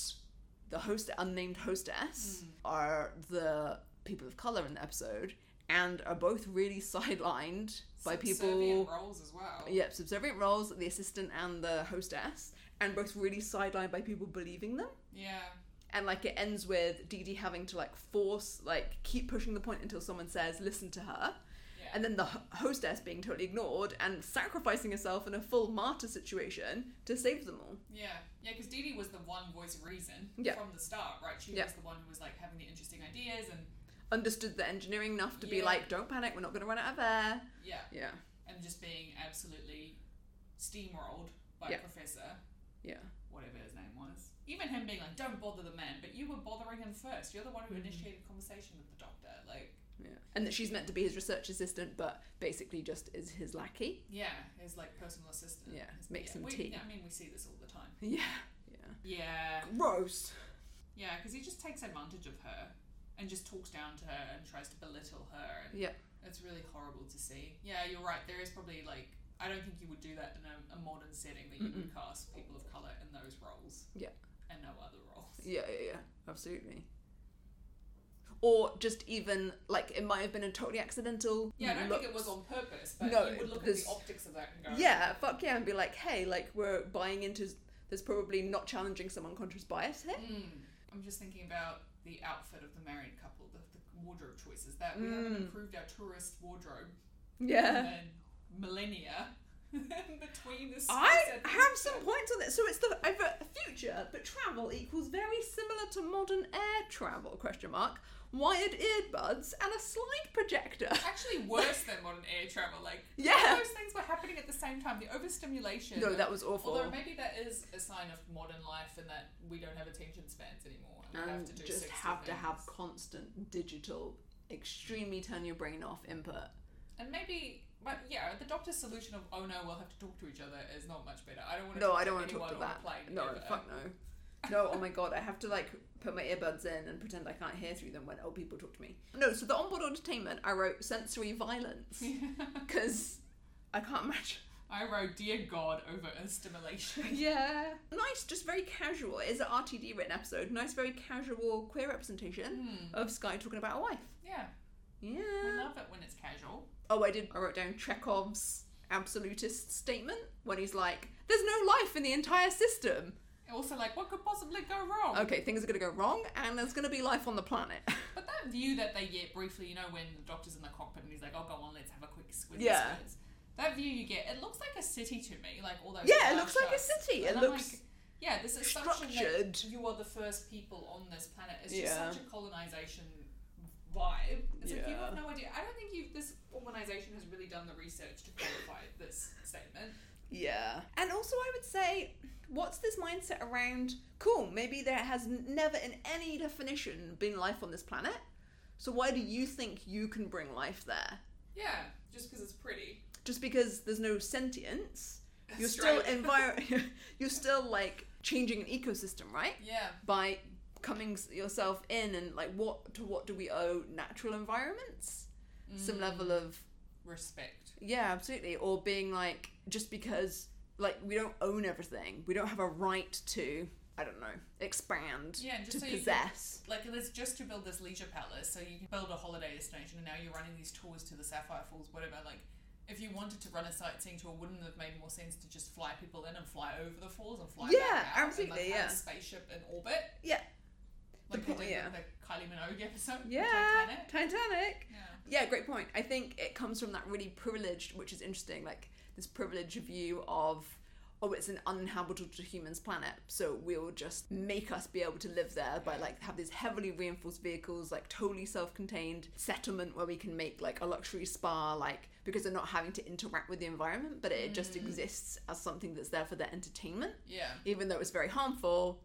Speaker 2: the host unnamed
Speaker 1: Mm.
Speaker 2: hostess are the people of color in the episode and are both really sidelined by people
Speaker 1: Subservient roles as well.
Speaker 2: yeah subservient roles the assistant and the hostess and both really sidelined by people believing them
Speaker 1: Yeah.
Speaker 2: and like it ends with DD having to like force like keep pushing the point until someone says listen to her
Speaker 1: Yeah.
Speaker 2: and then the ho- hostess being totally ignored and sacrificing herself in a full martyr situation to save them all
Speaker 1: Yeah, yeah, because Dee Dee was the one voice of reason
Speaker 2: Yeah.
Speaker 1: from the start, right? She
Speaker 2: Yeah.
Speaker 1: was the one who was like having the interesting ideas, and
Speaker 2: understood the engineering enough to be
Speaker 1: Yeah.
Speaker 2: like don't panic we're not going to run out of air
Speaker 1: yeah,
Speaker 2: yeah
Speaker 1: and just being absolutely steamrolled by
Speaker 2: Yeah.
Speaker 1: Professor,
Speaker 2: yeah
Speaker 1: whatever his name was. Even him being like, "Don't bother the man," but you were bothering him first. You're the one who
Speaker 2: Mm-hmm.
Speaker 1: initiated conversation with the doctor. Like,
Speaker 2: yeah and that she's meant to be his research assistant but basically just is his lackey
Speaker 1: yeah, his like personal assistant.
Speaker 2: Yeah,
Speaker 1: His-
Speaker 2: makes him
Speaker 1: we,
Speaker 2: tea.
Speaker 1: I mean, we see this all the time.
Speaker 2: yeah yeah
Speaker 1: Yeah,
Speaker 2: gross
Speaker 1: Yeah, because he just takes advantage of her and just talks down to her and tries to belittle her. And
Speaker 2: Yeah.
Speaker 1: It's really horrible to see. Yeah, you're right. There is probably like, I don't think you would do that in a, a modern setting that you would cast people of colour in those roles.
Speaker 2: Yeah.
Speaker 1: And no other roles.
Speaker 2: Yeah, yeah, yeah, absolutely. Or just even like it might have been a totally accidental.
Speaker 1: Yeah, I don't
Speaker 2: look.
Speaker 1: think it was on purpose, but
Speaker 2: No,
Speaker 1: you would look at
Speaker 2: there's-
Speaker 1: the optics of that and go,
Speaker 2: Yeah, fuck yeah, and be like, hey, like we're buying into. There's probably not challenging some unconscious bias here.
Speaker 1: Mm. I'm just thinking about the outfit of the married couple, the, the wardrobe choices that we haven't
Speaker 2: Mm.
Speaker 1: improved our tourist wardrobe
Speaker 2: Yeah.
Speaker 1: in millennia between the
Speaker 2: I
Speaker 1: sunsets and stuff.
Speaker 2: have some points on this. So it's the I wrote future, but travel equals very similar to modern air travel? Question mark. Wired earbuds and a slide projector.
Speaker 1: actually worse than modern air travel. Like all
Speaker 2: Yeah.
Speaker 1: those things were happening at the same time. The overstimulation.
Speaker 2: No, that was awful.
Speaker 1: Although maybe that is a sign of modern life in that we don't have attention spans anymore. And, we have
Speaker 2: and
Speaker 1: to do
Speaker 2: Um, just
Speaker 1: 60
Speaker 2: have to
Speaker 1: things.
Speaker 2: have constant digital, extremely turn your brain off input.
Speaker 1: And maybe, but yeah, the doctor's solution of oh no, we'll have to talk to each other is not much better. I don't want to.
Speaker 2: No,
Speaker 1: talk
Speaker 2: I don't
Speaker 1: want to
Speaker 2: talk to
Speaker 1: anyone on
Speaker 2: that.
Speaker 1: a plane
Speaker 2: No,
Speaker 1: ever.
Speaker 2: fuck no. No, oh my god, I have to like put my earbuds in and pretend I can't hear through them when old people talk to me. No, so the onboard entertainment, I wrote sensory violence because I can't imagine.
Speaker 1: I wrote dear God over a stimulation.
Speaker 2: Yeah, nice, just very casual. It's an RTD written episode. Nice, very casual queer representation
Speaker 1: Hmm.
Speaker 2: of Sky talking about a wife.
Speaker 1: Yeah,
Speaker 2: Yeah.
Speaker 1: we love it when it's casual.
Speaker 2: Oh, I did. I wrote down Chekhov's absolutist statement when he's like, "There's no life in the entire system."
Speaker 1: Also, like what could possibly go wrong?
Speaker 2: Okay, things are gonna go wrong, and there's gonna be life on the planet.
Speaker 1: But that view that they get briefly, you know, when the doctor's in the cockpit and he's like, "Oh, go on, let's have a quick squid."
Speaker 2: Yeah.
Speaker 1: squiz." That view you get, it looks like a city to me, like all those.
Speaker 2: yeah, it
Speaker 1: glass
Speaker 2: looks like a
Speaker 1: shots.
Speaker 2: city. It
Speaker 1: And I'm
Speaker 2: looks
Speaker 1: like, yeah, this assumption
Speaker 2: structured.
Speaker 1: that you are the first people on this planet is just
Speaker 2: Yeah.
Speaker 1: such a colonization vibe. It's like you
Speaker 2: Yeah.
Speaker 1: have no idea. I don't think you this organization has really done the research to qualify this statement.
Speaker 2: yeah. And also, I would say, what's this mindset around? Cool, maybe there has n- never, in any definition, been life on this planet. So why do you think you can bring life there?
Speaker 1: Yeah, just because it's pretty.
Speaker 2: Just because there's no sentience, you're
Speaker 1: That's
Speaker 2: still
Speaker 1: right.
Speaker 2: envir- You're still like changing an ecosystem, right?
Speaker 1: Yeah.
Speaker 2: by coming s- yourself in and like what to what do we owe natural environments
Speaker 1: Mm.
Speaker 2: some level of
Speaker 1: Respect.
Speaker 2: yeah absolutely or being like just because like we don't own everything we don't have a right to i don't know expand
Speaker 1: Yeah, and just
Speaker 2: to
Speaker 1: so you can-
Speaker 2: possess
Speaker 1: like it is just to build this leisure palace so you can build a holiday destination and now you're running these tours to the sapphire falls whatever like if you wanted to run a sightseeing tour wouldn't it have made more sense to just fly people in and fly over the falls and fly
Speaker 2: Yeah,
Speaker 1: back out
Speaker 2: absolutely,
Speaker 1: and like, have
Speaker 2: yeah.
Speaker 1: a spaceship in orbit
Speaker 2: Yeah.
Speaker 1: like
Speaker 2: The
Speaker 1: they
Speaker 2: point-
Speaker 1: did
Speaker 2: yeah.
Speaker 1: with the Kylie Minogue episode with
Speaker 2: yeah
Speaker 1: Titanic.
Speaker 2: titanic
Speaker 1: yeah
Speaker 2: yeah great point i think it comes from that really privileged which is interesting like this privileged view of oh, it's an uninhabitable to humans planet, so we'll just make us be able to live there by like have these heavily reinforced vehicles, like totally self-contained settlement where we can make like a luxury spa, like because they're not having to interact with the environment, but it just exists as something that's there for their entertainment,
Speaker 1: Yeah.
Speaker 2: even though it's very harmful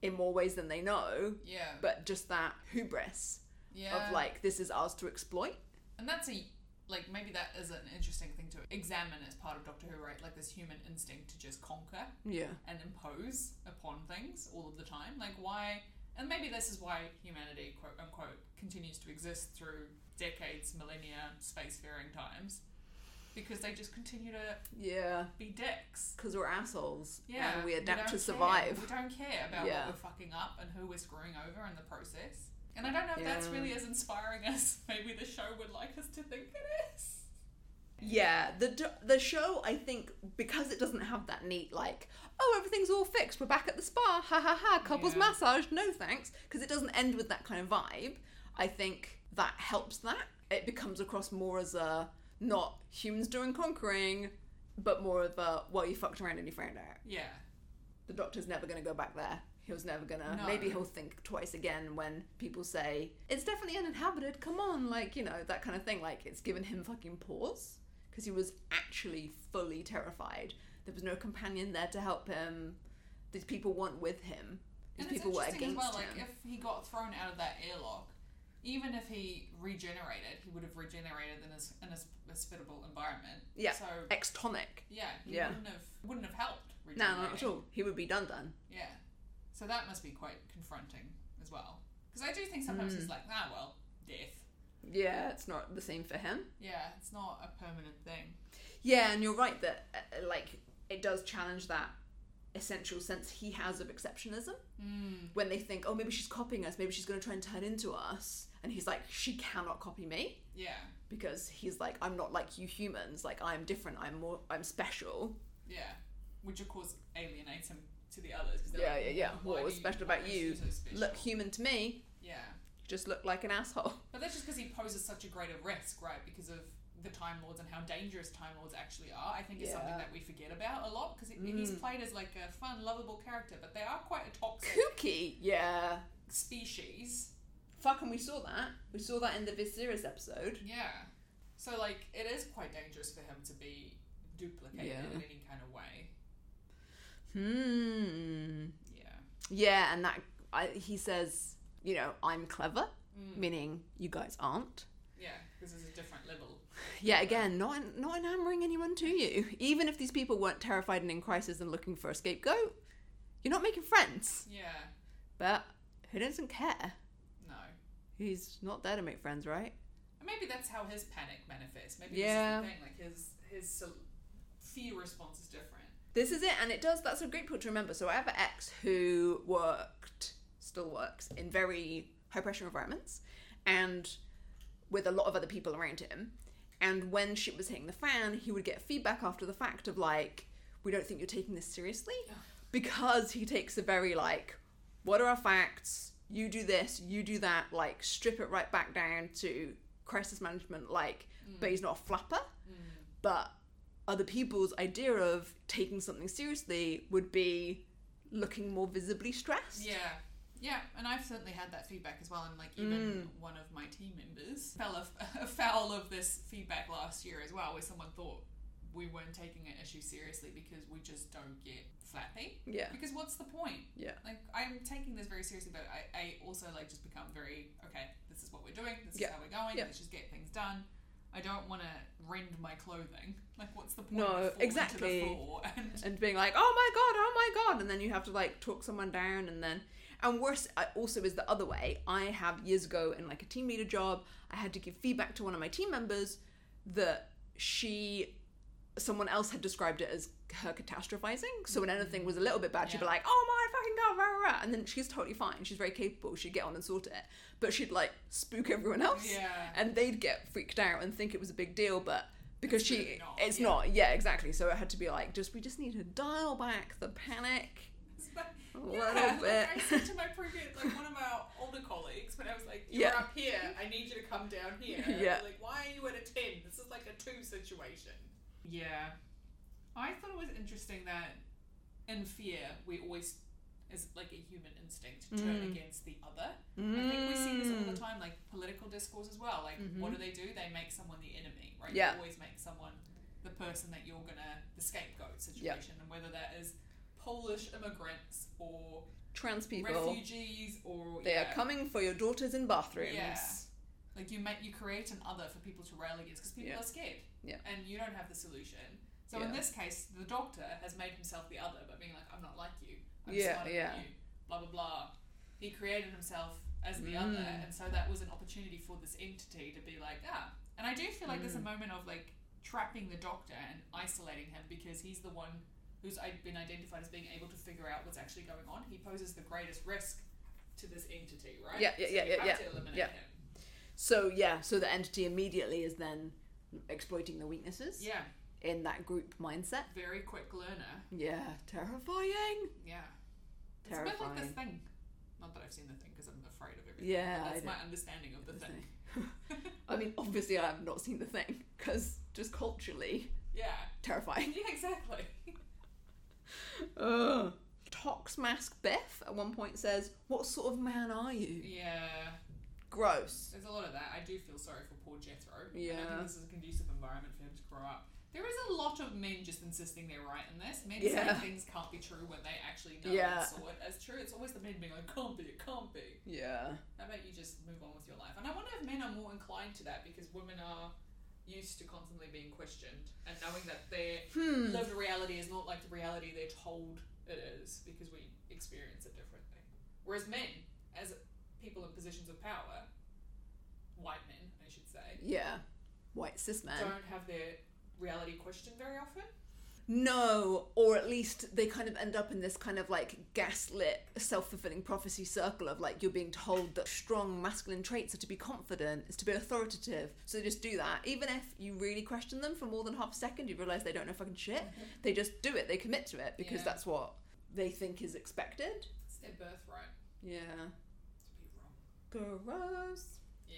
Speaker 2: in more ways than they know.
Speaker 1: Yeah.
Speaker 2: But just that hubris
Speaker 1: yeah.
Speaker 2: of like this is ours to exploit.
Speaker 1: And that's a like maybe that is an interesting thing to examine as part of Doctor Who, right? Like this human instinct to just conquer
Speaker 2: Yeah.
Speaker 1: and impose upon things all of the time. Like why? And maybe this is why humanity, quote unquote, continues to exist through decades, millennia, spacefaring times, because they just continue to
Speaker 2: Yeah.
Speaker 1: be dicks.
Speaker 2: Because we're assholes.
Speaker 1: Yeah,
Speaker 2: And we adapt
Speaker 1: don't
Speaker 2: to
Speaker 1: care.
Speaker 2: survive.
Speaker 1: We don't care about
Speaker 2: Yeah.
Speaker 1: what we're fucking up and who we're screwing over in the process. And I don't know if that's
Speaker 2: Yeah.
Speaker 1: really as inspiring as maybe the show would like us to think it is.
Speaker 2: Yeah, the d- the show I think because it doesn't have that neat like oh everything's all fixed we're back at the spa ha ha ha couples
Speaker 1: Yeah.
Speaker 2: massage no thanks because it doesn't end with that kind of vibe. I think that helps that it becomes across more as a not humans doing conquering, but more of a well you fucked around and you found out.
Speaker 1: Yeah.
Speaker 2: The doctor's never gonna go back there. He was never gonna.
Speaker 1: No.
Speaker 2: Maybe he'll think twice again when people say it's definitely uninhabited. Come on, like you know that kind of thing. Like it's given him fucking pause because he was actually fully terrified. There was no companion there to help him. These people weren't with him. These
Speaker 1: And
Speaker 2: people were
Speaker 1: it's interesting
Speaker 2: against
Speaker 1: as well, like
Speaker 2: him.
Speaker 1: if he got thrown out of that airlock, even if he regenerated, he would have regenerated in his in his hospitable environment.
Speaker 2: Yeah.
Speaker 1: So
Speaker 2: Extonic.
Speaker 1: yeah, he
Speaker 2: Yeah.
Speaker 1: wouldn't have wouldn't have helped
Speaker 2: No,
Speaker 1: regenerating.
Speaker 2: not at all. He would be done done.
Speaker 1: Yeah. So that must be quite confronting as well. Because I do think sometimes
Speaker 2: Mm.
Speaker 1: it's like, ah well, death.
Speaker 2: Yeah, it's not the same for him.
Speaker 1: Yeah, it's not a permanent thing.
Speaker 2: Yeah, and you're right that uh, like it does challenge that essential sense he has of exceptionism.
Speaker 1: Mm.
Speaker 2: when they think, oh, maybe she's copying us, maybe she's going to try and turn into us. And he's like, she cannot copy me
Speaker 1: Yeah.
Speaker 2: because he's like, I'm not like you humans. Like, I'm different. I'm more, I'm special.
Speaker 1: Yeah. Which of course alienates him to the others. 'cause they're
Speaker 2: Yeah,
Speaker 1: like,
Speaker 2: yeah, yeah.
Speaker 1: "Why
Speaker 2: What
Speaker 1: do
Speaker 2: was
Speaker 1: you-
Speaker 2: special
Speaker 1: why
Speaker 2: about
Speaker 1: is you
Speaker 2: you?
Speaker 1: so special?"
Speaker 2: Look human to me.
Speaker 1: Yeah.
Speaker 2: You just look like an asshole.
Speaker 1: But that's just because he poses such a greater risk, right? Because of the Time Lords and how dangerous Time Lords actually are. I think is something
Speaker 2: Yeah.
Speaker 1: that we forget about a lot because he's
Speaker 2: Mm.
Speaker 1: played as like a fun, lovable character, but they are quite a toxic
Speaker 2: Kooky. Yeah.
Speaker 1: species.
Speaker 2: Fuck, and we saw that. We saw that in the Viserys episode.
Speaker 1: Yeah. So like, it is quite dangerous for him to be duplicated
Speaker 2: Yeah.
Speaker 1: in any kind of way.
Speaker 2: Hmm.
Speaker 1: Yeah.
Speaker 2: Yeah, and that I, he says, you know, I'm clever,
Speaker 1: Mm.
Speaker 2: meaning you guys aren't.
Speaker 1: Yeah, because there's a different level.
Speaker 2: Yeah, again, not not enamoring anyone to you. Even if these people weren't terrified and in crisis and looking for a scapegoat, you're not making friends.
Speaker 1: Yeah.
Speaker 2: But who doesn't care?
Speaker 1: No.
Speaker 2: He's not there to make friends, right?
Speaker 1: And Maybe that's how his panic manifests. Maybe
Speaker 2: Yeah.
Speaker 1: this is the thing. Like his his sol- fear response is different.
Speaker 2: This is it, and it does. That's a great point to remember. So I have an ex who worked, still works, in very high pressure environments, and with a lot of other people around him. And when shit was hitting the fan, he would get feedback after the fact of like, "We don't think you're taking this seriously," because he takes a very like, "What are our facts? You do this, you do that." Like strip it right back down to crisis management. Like, but he's not a flapper, but other people's idea of taking something seriously would be looking more visibly stressed.
Speaker 1: Yeah. Yeah, and I've certainly had that feedback as well. And like even
Speaker 2: Mm.
Speaker 1: one of my team members fell af- foul of this feedback last year as well, where someone thought we weren't taking an issue seriously because we just don't get flappy.
Speaker 2: Yeah.
Speaker 1: Because what's the point?
Speaker 2: Yeah.
Speaker 1: Like I'm taking this very seriously, but I, I also like just become very okay. This is what we're doing. This
Speaker 2: Yeah.
Speaker 1: is how we're going.
Speaker 2: Yeah.
Speaker 1: Let's just get things done. I don't want to rend my clothing. Like what's the point?
Speaker 2: No,
Speaker 1: of falling
Speaker 2: exactly.
Speaker 1: To the floor and
Speaker 2: And being like, oh my god, oh my god, and then you have to like talk someone down, and then, and worse uh, also is the other way. I have years ago in like a team leader job, I had to give feedback to one of my team members that she, someone else had described it as her catastrophizing. So when anything was a little bit bad, she'd be
Speaker 1: Yeah.
Speaker 2: like, oh my fucking god, rah, rah, rah. and then she's totally fine. She's very capable. She'd get on and sort it, but she'd like spook everyone else.
Speaker 1: yeah.
Speaker 2: and they'd get freaked out and think it was a big deal but because
Speaker 1: It's
Speaker 2: she
Speaker 1: really not,
Speaker 2: it's
Speaker 1: yeah.
Speaker 2: not yeah exactly so it had to be like just we just need to dial back the panic a little
Speaker 1: like I said
Speaker 2: bit
Speaker 1: to my previous, like one of our older colleagues, when I was like, "You're
Speaker 2: Yeah.
Speaker 1: up here. I need you to come down here."
Speaker 2: Yeah.
Speaker 1: Like, why are you at a ten? This is like a two situation. Yeah, I thought it was interesting that in fear, we always is like a human instinct to
Speaker 2: Mm.
Speaker 1: turn against the other. I think we see this
Speaker 2: Hmm.
Speaker 1: all the time, like political discourse as well. Like, what do they do? They make someone the enemy, right?
Speaker 2: Mm-hmm. Yeah.
Speaker 1: You always make someone the person that you're gonna the scapegoat situation, and whether that is Polish immigrants or
Speaker 2: Trans people.
Speaker 1: refugees or
Speaker 2: They
Speaker 1: yeah,
Speaker 2: are coming for your daughters in bathrooms.
Speaker 1: Yeah. like you make you create an other for people to rail against because people
Speaker 2: Yeah.
Speaker 1: are scared,
Speaker 2: Yeah.
Speaker 1: and you don't have the solution. So in
Speaker 2: Yeah.
Speaker 1: this case, the doctor has made himself the other, but being like, I'm not like you. I'm
Speaker 2: Yeah,
Speaker 1: smarter
Speaker 2: yeah.
Speaker 1: than you. Blah blah blah. He created himself as the
Speaker 2: Mm.
Speaker 1: other, and so that was an opportunity for this entity to be like, ah. And I do feel like there's
Speaker 2: Mm.
Speaker 1: a moment of like trapping the doctor and isolating him because he's the one who's i- been identified as being able to figure out what's actually going on. He poses the greatest risk to this entity, right?
Speaker 2: Yeah, yeah,
Speaker 1: So
Speaker 2: yeah,
Speaker 1: you
Speaker 2: yeah,
Speaker 1: have
Speaker 2: yeah,
Speaker 1: to eliminate
Speaker 2: yeah.
Speaker 1: him.
Speaker 2: So yeah, so the entity immediately is then exploiting the weaknesses
Speaker 1: Yeah,
Speaker 2: in that group mindset.
Speaker 1: very quick learner.
Speaker 2: Yeah, terrifying.
Speaker 1: Yeah. It's a bit like the
Speaker 2: Terrifying.
Speaker 1: thing. Not that I've seen the thing because I'm afraid of everything.
Speaker 2: Yeah,
Speaker 1: but
Speaker 2: I
Speaker 1: that's my
Speaker 2: don't-
Speaker 1: understanding of the
Speaker 2: The
Speaker 1: thing.
Speaker 2: I mean, obviously, I have not seen the thing because just culturally
Speaker 1: yeah.
Speaker 2: terrifying.
Speaker 1: Yeah, exactly.
Speaker 2: Ugh. Tox mask Beth at one point says, "What sort of man are you?"
Speaker 1: Yeah,
Speaker 2: Gross.
Speaker 1: there's a lot of that. I do feel sorry for poor Jethro. And I
Speaker 2: Yeah.
Speaker 1: think this is a conducive environment for him to grow up. There is a lot of men just insisting they're right in this. Men
Speaker 2: Yeah.
Speaker 1: saying things can't be true when they actually know
Speaker 2: Yeah.
Speaker 1: and saw it as true. It's always the men being like, can't be, it can't be.
Speaker 2: Yeah.
Speaker 1: How about you just move on with your life? And I wonder if men are more inclined to that because women are used to constantly being questioned and knowing that their
Speaker 2: Hmm.
Speaker 1: lived reality is not like the reality they're told it is because we experience it differently. Whereas men, as people in positions of power, white men, I should say,
Speaker 2: Yeah. White cis man.
Speaker 1: don't have their reality questioned very often.
Speaker 2: No, or at least they kind of end up in this kind of like gaslit, self fulfilling prophecy circle of like you're being told that strong masculine traits are to be confident, is to be authoritative. So they just do that. Even if you really question them for more than half a second, you realize they don't know fucking shit. They just do it, they commit to it because
Speaker 1: Yeah.
Speaker 2: that's what they think is expected.
Speaker 1: It's their birthright to
Speaker 2: Yeah.
Speaker 1: be wrong.
Speaker 2: Gross.
Speaker 1: Yeah,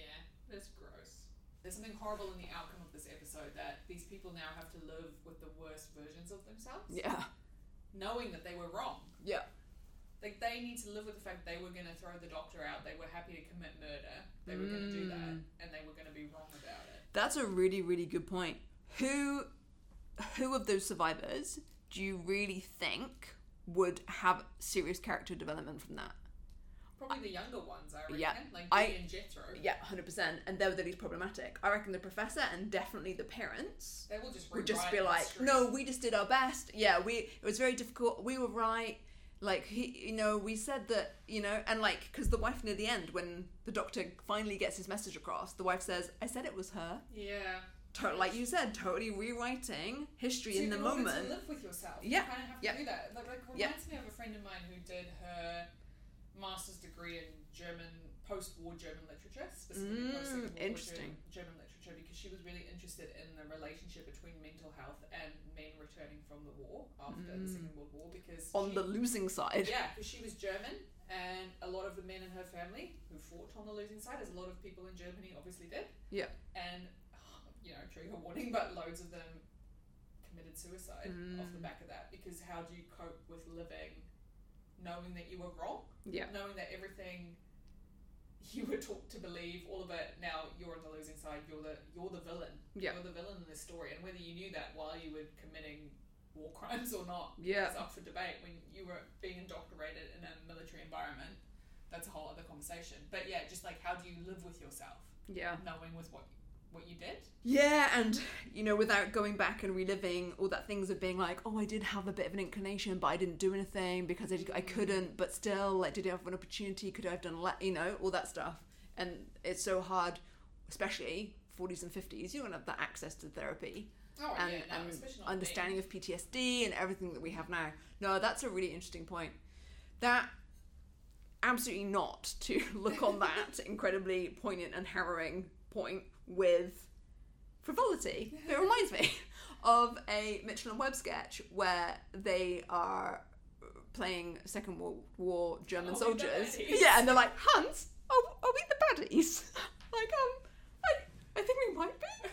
Speaker 1: that's gross. There's something horrible in the outcome of this episode that these people now have to live with the worst versions of themselves,
Speaker 2: Yeah.
Speaker 1: knowing that they were wrong.
Speaker 2: Yeah.
Speaker 1: Like they need to live with the fact they were going to throw the doctor out. They were happy to commit murder. They were going to do that,
Speaker 2: Mm.
Speaker 1: and they were going to be wrong about it.
Speaker 2: That's a really, really good point. Who, who of those survivors do you really think would have serious character development from that?
Speaker 1: Probably the younger ones, I reckon.
Speaker 2: Yeah,
Speaker 1: like
Speaker 2: I-
Speaker 1: Dee and Jethro.
Speaker 2: Yeah, hundred percent. And they were the least problematic. I reckon the professor and definitely the parents
Speaker 1: They will just
Speaker 2: would just
Speaker 1: rewrite
Speaker 2: be like,
Speaker 1: history.
Speaker 2: "No, we just did our best. Yeah, we it was very difficult. We were right." Like he, you know, we said that, you know, and like because the wife near the end, when the doctor finally gets his message across, the wife says, "I said it was her."
Speaker 1: Yeah.
Speaker 2: To- like you said, totally rewriting history
Speaker 1: So
Speaker 2: in
Speaker 1: you
Speaker 2: the
Speaker 1: can learn
Speaker 2: moment.
Speaker 1: To live with yourself.
Speaker 2: Yeah,
Speaker 1: You kind of have to
Speaker 2: yeah.
Speaker 1: do that. That like,
Speaker 2: Yeah.
Speaker 1: reminds me of a friend of mine who did her master's degree in German post-war German literature, specifically
Speaker 2: Mm,
Speaker 1: post-Second World War
Speaker 2: interesting.
Speaker 1: German, German literature, because she was really interested in the relationship between mental health and men returning from the war after the Second World War. Because
Speaker 2: Mm. on
Speaker 1: she,
Speaker 2: the losing side.
Speaker 1: yeah, because she was German, and a lot of the men in her family who fought on the losing side, as a lot of people in Germany obviously did.
Speaker 2: Yeah.
Speaker 1: And you know, trigger warning, but loads of them committed suicide off the
Speaker 2: Mm.
Speaker 1: back of that because how do you cope with living knowing that you were wrong,
Speaker 2: Yeah.
Speaker 1: knowing that everything you were taught to believe, all of it, now you're on the losing side. You're the you're the villain.
Speaker 2: Yeah.
Speaker 1: You're the villain in this story, and whether you knew that while you were committing war crimes or not
Speaker 2: Yeah.
Speaker 1: it's up for debate when you were being indoctrinated in a military environment. That's a whole other conversation. But yeah, just like how do you live with yourself,
Speaker 2: Yeah.
Speaker 1: knowing with what what you did?
Speaker 2: Yeah, and you know, without going back and reliving all that things of being like, oh, I did have a bit of an inclination, but I didn't do anything because I, I couldn't, but still, like, did I have an opportunity? Could I have done, le-? you know, all that stuff. And it's so hard, especially 40s and 50s, you don't have that access to therapy
Speaker 1: Oh
Speaker 2: and,
Speaker 1: yeah, no,
Speaker 2: and
Speaker 1: especially not
Speaker 2: understanding of PTSD and everything that we have now. No, that's a really interesting point. That absolutely not to look on that incredibly poignant and harrowing point with frivolity. It reminds me of a Mitchell and Webb sketch where they are playing Second World War German
Speaker 1: Are we the
Speaker 2: soldiers.
Speaker 1: baddies?
Speaker 2: Yeah, and they're like, Hans, are, are we the baddies? like, um, I, I think we might be.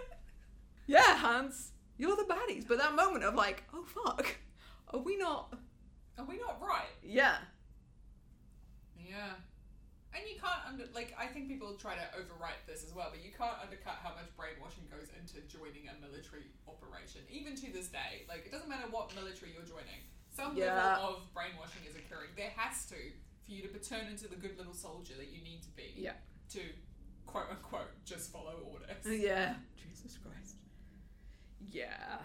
Speaker 2: yeah, Hans, you're the baddies. But that moment of like, oh fuck, Are we not?
Speaker 1: Are we not right?
Speaker 2: Yeah.
Speaker 1: Yeah. And you can't under like I think people try to overwrite this as well, but you can't undercut how much brainwashing goes into joining a military operation, even to this day. Like it doesn't matter what military you're joining, some
Speaker 2: Yeah.
Speaker 1: level of brainwashing is occurring. There has to for you to turn into the good little soldier that you need to be.
Speaker 2: Yeah.
Speaker 1: To quote unquote just follow orders.
Speaker 2: Oh, Yeah. Jesus Christ. Yeah.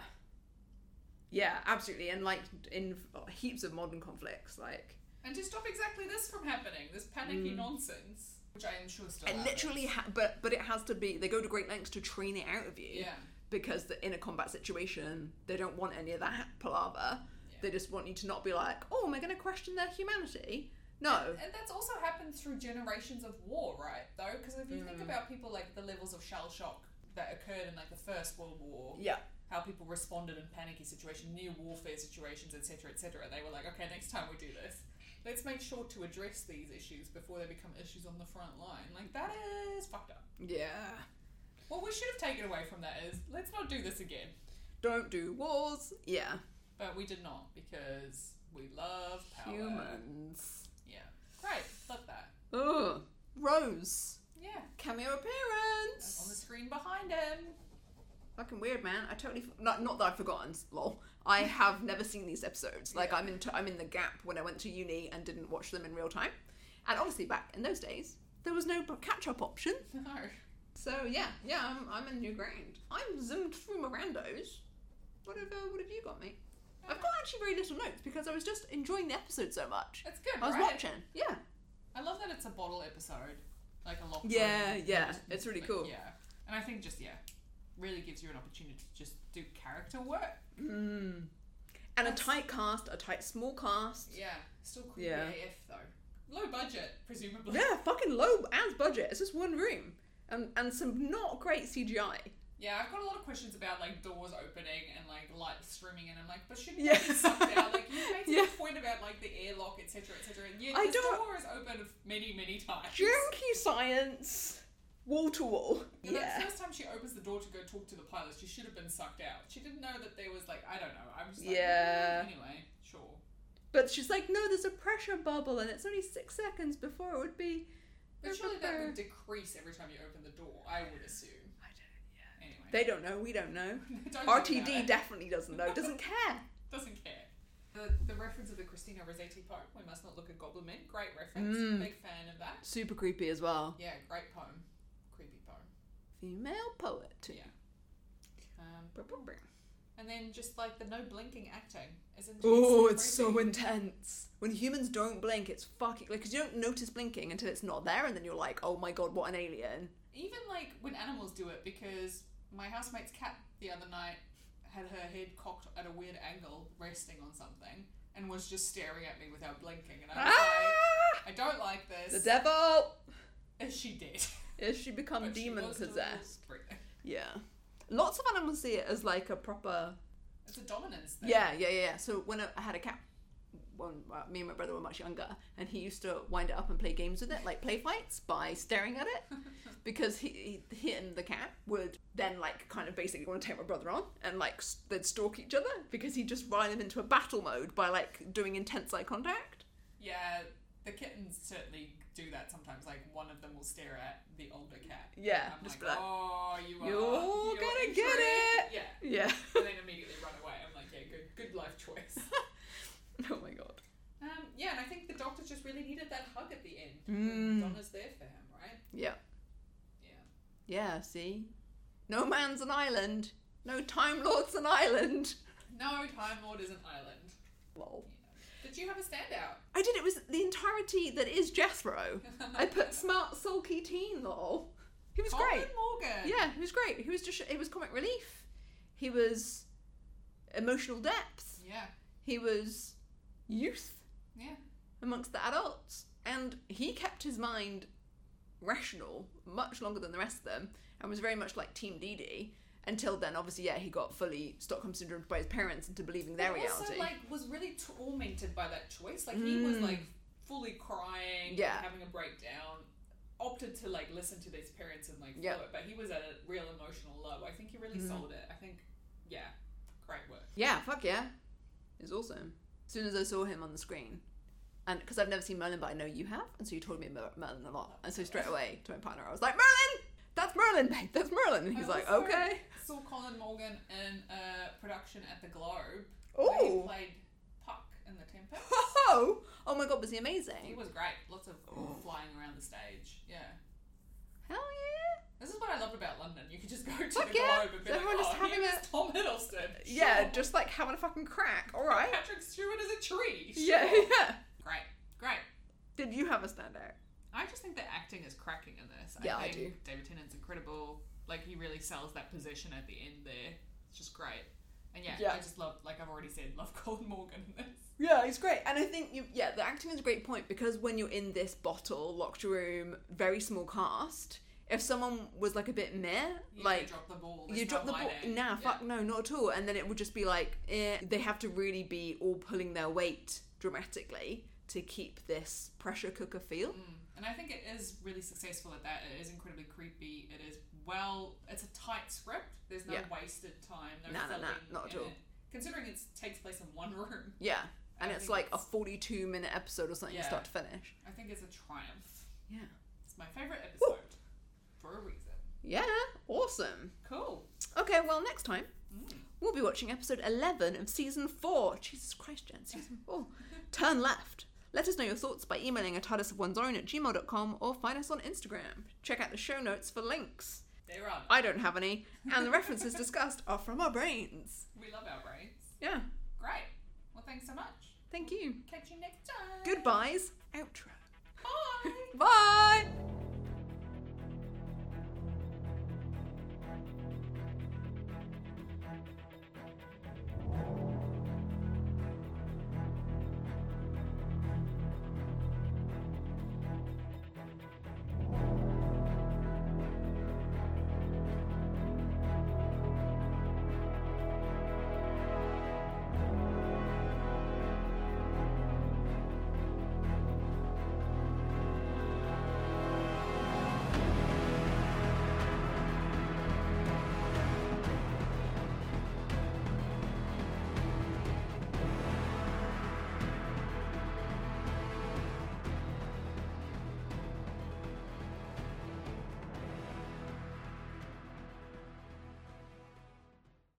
Speaker 2: Yeah, absolutely. And like in heaps of modern conflicts, like
Speaker 1: And to stop exactly this from happening, this panicky
Speaker 2: Mm.
Speaker 1: nonsense, which I am sure still.
Speaker 2: and
Speaker 1: happens.
Speaker 2: literally, ha- but but it has to be. They go to great lengths to train it out of you
Speaker 1: Yeah.
Speaker 2: because the, in a combat situation, they don't want any of that palaver. They just want you to not be like, oh, am I going to question their humanity? No.
Speaker 1: And that's also happened through generations of war, right? Though, because if you think
Speaker 2: Mm.
Speaker 1: about people like the levels of shell shock that occurred in like the First World War,
Speaker 2: Yeah.
Speaker 1: how people responded in panicky situations, near warfare situations, etc., etc., they were like, okay, next time we do this, let's make sure to address these issues before they become issues on the front line. Like that is fucked up.
Speaker 2: Yeah.
Speaker 1: What we should have taken away from that is let's not do this again.
Speaker 2: Don't do wars. Yeah.
Speaker 1: But we did not because we love power.
Speaker 2: Humans.
Speaker 1: Yeah. Great. Love that.
Speaker 2: Ugh. Rose.
Speaker 1: Yeah.
Speaker 2: Cameo
Speaker 1: That's on the
Speaker 2: appearance.
Speaker 1: screen behind him.
Speaker 2: Fucking weird, man. I totally f- not not that I've forgotten. Lol. I have never seen these episodes. Like
Speaker 1: Yeah.
Speaker 2: I'm in t- I'm in the gap when I went to uni and didn't watch them in real time. And obviously back in those days there was no catch up option.
Speaker 1: No.
Speaker 2: So yeah, yeah, I'm I'm in new ground. I'm zoomed through Mirandos. What have uh, what have you got me? I've got actually very little notes because I was just enjoying the episode so much.
Speaker 1: It's good,
Speaker 2: I was
Speaker 1: right?
Speaker 2: watching. Yeah.
Speaker 1: I love that it's a bottle episode, like a lockdown.
Speaker 2: Yeah, yeah, it's really cool.
Speaker 1: Yeah, and I think just yeah, really gives you an opportunity to just do character work.
Speaker 2: Mm. And a
Speaker 1: That's-
Speaker 2: tight cast, a tight small cast.
Speaker 1: Yeah, still creepy
Speaker 2: Yeah.
Speaker 1: AF though. Low budget, presumably.
Speaker 2: Yeah, fucking low as budget. It's just one room. And and some not great CGI.
Speaker 1: Yeah, I've got a lot of questions about like doors opening and like lights streaming, and I'm like, but shouldn't
Speaker 2: Yeah.
Speaker 1: yeah. something out? Like you made
Speaker 2: Yeah.
Speaker 1: a point about like the airlock, etc., etc. And yeah,
Speaker 2: I
Speaker 1: this
Speaker 2: don't-
Speaker 1: door is open many, many times.
Speaker 2: Junky science. Wall to wall.
Speaker 1: And
Speaker 2: Yeah.
Speaker 1: The first time she opens the door to go talk to the pilot, she should have been sucked out. She didn't know that there was like I don't know. I'm just like, "Mm,
Speaker 2: Yeah.
Speaker 1: Anyway, sure.
Speaker 2: But she's like, no, there's a pressure bubble and it's only six seconds before it would be
Speaker 1: But surely that would decrease every time you open the door. I would assume.
Speaker 2: I don't
Speaker 1: Anyway,
Speaker 2: They don't know, we don't know.
Speaker 1: Don't worry about
Speaker 2: RTD
Speaker 1: it.
Speaker 2: definitely doesn't know, doesn't care.
Speaker 1: doesn't care. The, the reference of the Christina Rossetti poem, "We Must Not Look at Goblin Men," great reference.
Speaker 2: Mm.
Speaker 1: Big fan of that.
Speaker 2: Super creepy as well.
Speaker 1: Yeah, great poem. Creepy poem.
Speaker 2: Female poet.
Speaker 1: Yeah. Um,
Speaker 2: Brr, brr, brr.
Speaker 1: and then just like the no blinking acting is intense.
Speaker 2: Oh,
Speaker 1: and
Speaker 2: it's so
Speaker 1: creepy.
Speaker 2: intense. When humans don't blink, it's fucking like 'cause you don't notice blinking until it's not there, and then you're like, oh my god, what an alien.
Speaker 1: even like when animals do it because my housemate's cat the other night had her head cocked at a weird angle resting on something and was just staring at me without blinking and I was
Speaker 2: Ah!
Speaker 1: like I don't like
Speaker 2: The
Speaker 1: this
Speaker 2: devil.
Speaker 1: and she did
Speaker 2: If she become
Speaker 1: But she
Speaker 2: demon
Speaker 1: was doing all
Speaker 2: possessed.
Speaker 1: three.
Speaker 2: Yeah. Lots of animals see it as like a proper.
Speaker 1: it's a dominance thing
Speaker 2: Yeah, yeah, yeah. yeah. So when I I had a cat, when well, me and my brother were much younger, and he used to wind it up and play games with it, like play fights, by staring at it. because he, he he and the cat would then like kind of basically want to take my brother on and like s- they'd stalk each other because he'd just ride them into a battle mode by like doing intense eye contact
Speaker 1: yeah the kittens certainly do that sometimes like one of them will stare at the older cat
Speaker 2: yeah
Speaker 1: I'm
Speaker 2: just
Speaker 1: like,
Speaker 2: be like
Speaker 1: oh you are
Speaker 2: "You're gonna
Speaker 1: in
Speaker 2: get
Speaker 1: for
Speaker 2: it."
Speaker 1: yeah
Speaker 2: yeah
Speaker 1: and then immediately run away I'm like yeah good good life choice
Speaker 2: oh my god
Speaker 1: Um, yeah, and I think the doctor just really needed that hug at the end.
Speaker 2: Mm.
Speaker 1: when Donna's there for him, right?
Speaker 2: yeah
Speaker 1: Yeah.
Speaker 2: yeah see no man's an island no time lord's an island
Speaker 1: No, Time Lord is an island.
Speaker 2: lol
Speaker 1: Did you have a standout?
Speaker 2: I did it was the entirety that is Jethro I put smart sulky teen lol he was
Speaker 1: Colin
Speaker 2: great
Speaker 1: Morgan.
Speaker 2: Yeah, he was great. He was just he was comic relief. He was emotional depth.
Speaker 1: Yeah.
Speaker 2: He was youth
Speaker 1: Yeah.
Speaker 2: amongst the adults, and he kept his mind rational much longer than the rest of them, and was very much like Team DD until then. Obviously, yeah, he got fully Stockholm syndrome by his parents into believing their
Speaker 1: He
Speaker 2: reality.
Speaker 1: Also, like, was really tormented by that choice. Like, he was
Speaker 2: Mm.
Speaker 1: like fully crying,
Speaker 2: Yeah.
Speaker 1: having a breakdown. Opted to like listen to these parents and like follow
Speaker 2: Yeah.
Speaker 1: it, but he was at a real emotional low. I think he really
Speaker 2: Mhm.
Speaker 1: sold it. I think, yeah, great work.
Speaker 2: yeah, fuck yeah, is awesome. As soon as I saw him on the screen, and because I've never seen Merlin, but I know you have, and so you told me about Merlin a lot, and so straight away to my partner, I was like, Merlin, that's Merlin, mate, that's Merlin. And he's
Speaker 1: I
Speaker 2: like,
Speaker 1: also
Speaker 2: okay.
Speaker 1: Saw Colin Morgan in a production at the Globe. where He
Speaker 2: Oh,
Speaker 1: played Puck in The Tempest.
Speaker 2: oh, oh my God, was he
Speaker 1: he
Speaker 2: amazing?
Speaker 1: was great. Lots of
Speaker 2: Oh.
Speaker 1: flying around the stage. Yeah.
Speaker 2: Hell yeah!
Speaker 1: This is what I loved about London. You could just go to
Speaker 2: Fuck
Speaker 1: the
Speaker 2: yeah.
Speaker 1: Globe and be
Speaker 2: So
Speaker 1: like,
Speaker 2: everyone
Speaker 1: oh,
Speaker 2: just having
Speaker 1: here's Tom Hiddleston.
Speaker 2: Yeah,
Speaker 1: Sure.
Speaker 2: just like having a fucking crack. All right.
Speaker 1: Patrick Stewart is a tree. Sure.
Speaker 2: Yeah, yeah.
Speaker 1: Great. Great.
Speaker 2: Did you have a standout?
Speaker 1: I just think the acting is cracking in this.
Speaker 2: Yeah, I
Speaker 1: think
Speaker 2: do.
Speaker 1: David Tennant's incredible. Like he really sells that position at the end there. It's just great. And yeah,
Speaker 2: Yeah.
Speaker 1: I just love like I've already said, love Colin Morgan in this.
Speaker 2: Yeah, he's great. And I think you yeah, the acting is a great point because when you're in this bottle, locked room, very small cast, if someone was like a bit meh,
Speaker 1: You
Speaker 2: like
Speaker 1: drop the ball.
Speaker 2: you
Speaker 1: It's
Speaker 2: drop the
Speaker 1: not
Speaker 2: ball
Speaker 1: my day.
Speaker 2: nah,
Speaker 1: Yeah.
Speaker 2: fuck no, not at all. And then it would just be like eh, they have to really be all pulling their weight dramatically to keep this pressure cooker feel.
Speaker 1: Mm. And I think it is really successful at that. It is incredibly creepy. It is well. It's a tight script. There's no
Speaker 2: Yeah.
Speaker 1: wasted time. No,
Speaker 2: Nah, nah, nah,
Speaker 1: filling
Speaker 2: not at
Speaker 1: in
Speaker 2: all.
Speaker 1: It. Considering it takes place in one room,
Speaker 2: Yeah. And
Speaker 1: I
Speaker 2: it's
Speaker 1: think
Speaker 2: like a
Speaker 1: it's-
Speaker 2: 42 minute episode or something
Speaker 1: Yeah.
Speaker 2: start to finish.
Speaker 1: I think it's a triumph.
Speaker 2: Yeah.
Speaker 1: It's my favorite episode for a reason.
Speaker 2: Yeah, awesome.
Speaker 1: Cool.
Speaker 2: Okay, well, next time
Speaker 1: Mm.
Speaker 2: We'll be watching episode 11 of season 4. Jesus Christ, Jen, season 4. Turn left. Let us know your thoughts by emailing a TARDIS of one's own at gmail.com or find us on Instagram. Check out the show notes for links.
Speaker 1: They're on.
Speaker 2: I don't have any, and the references discussed are from our brains.
Speaker 1: We love our brains.
Speaker 2: Yeah,
Speaker 1: Great. Well, thanks so much.
Speaker 2: thank you.
Speaker 1: Catch you next time.
Speaker 2: Goodbyes. Outro.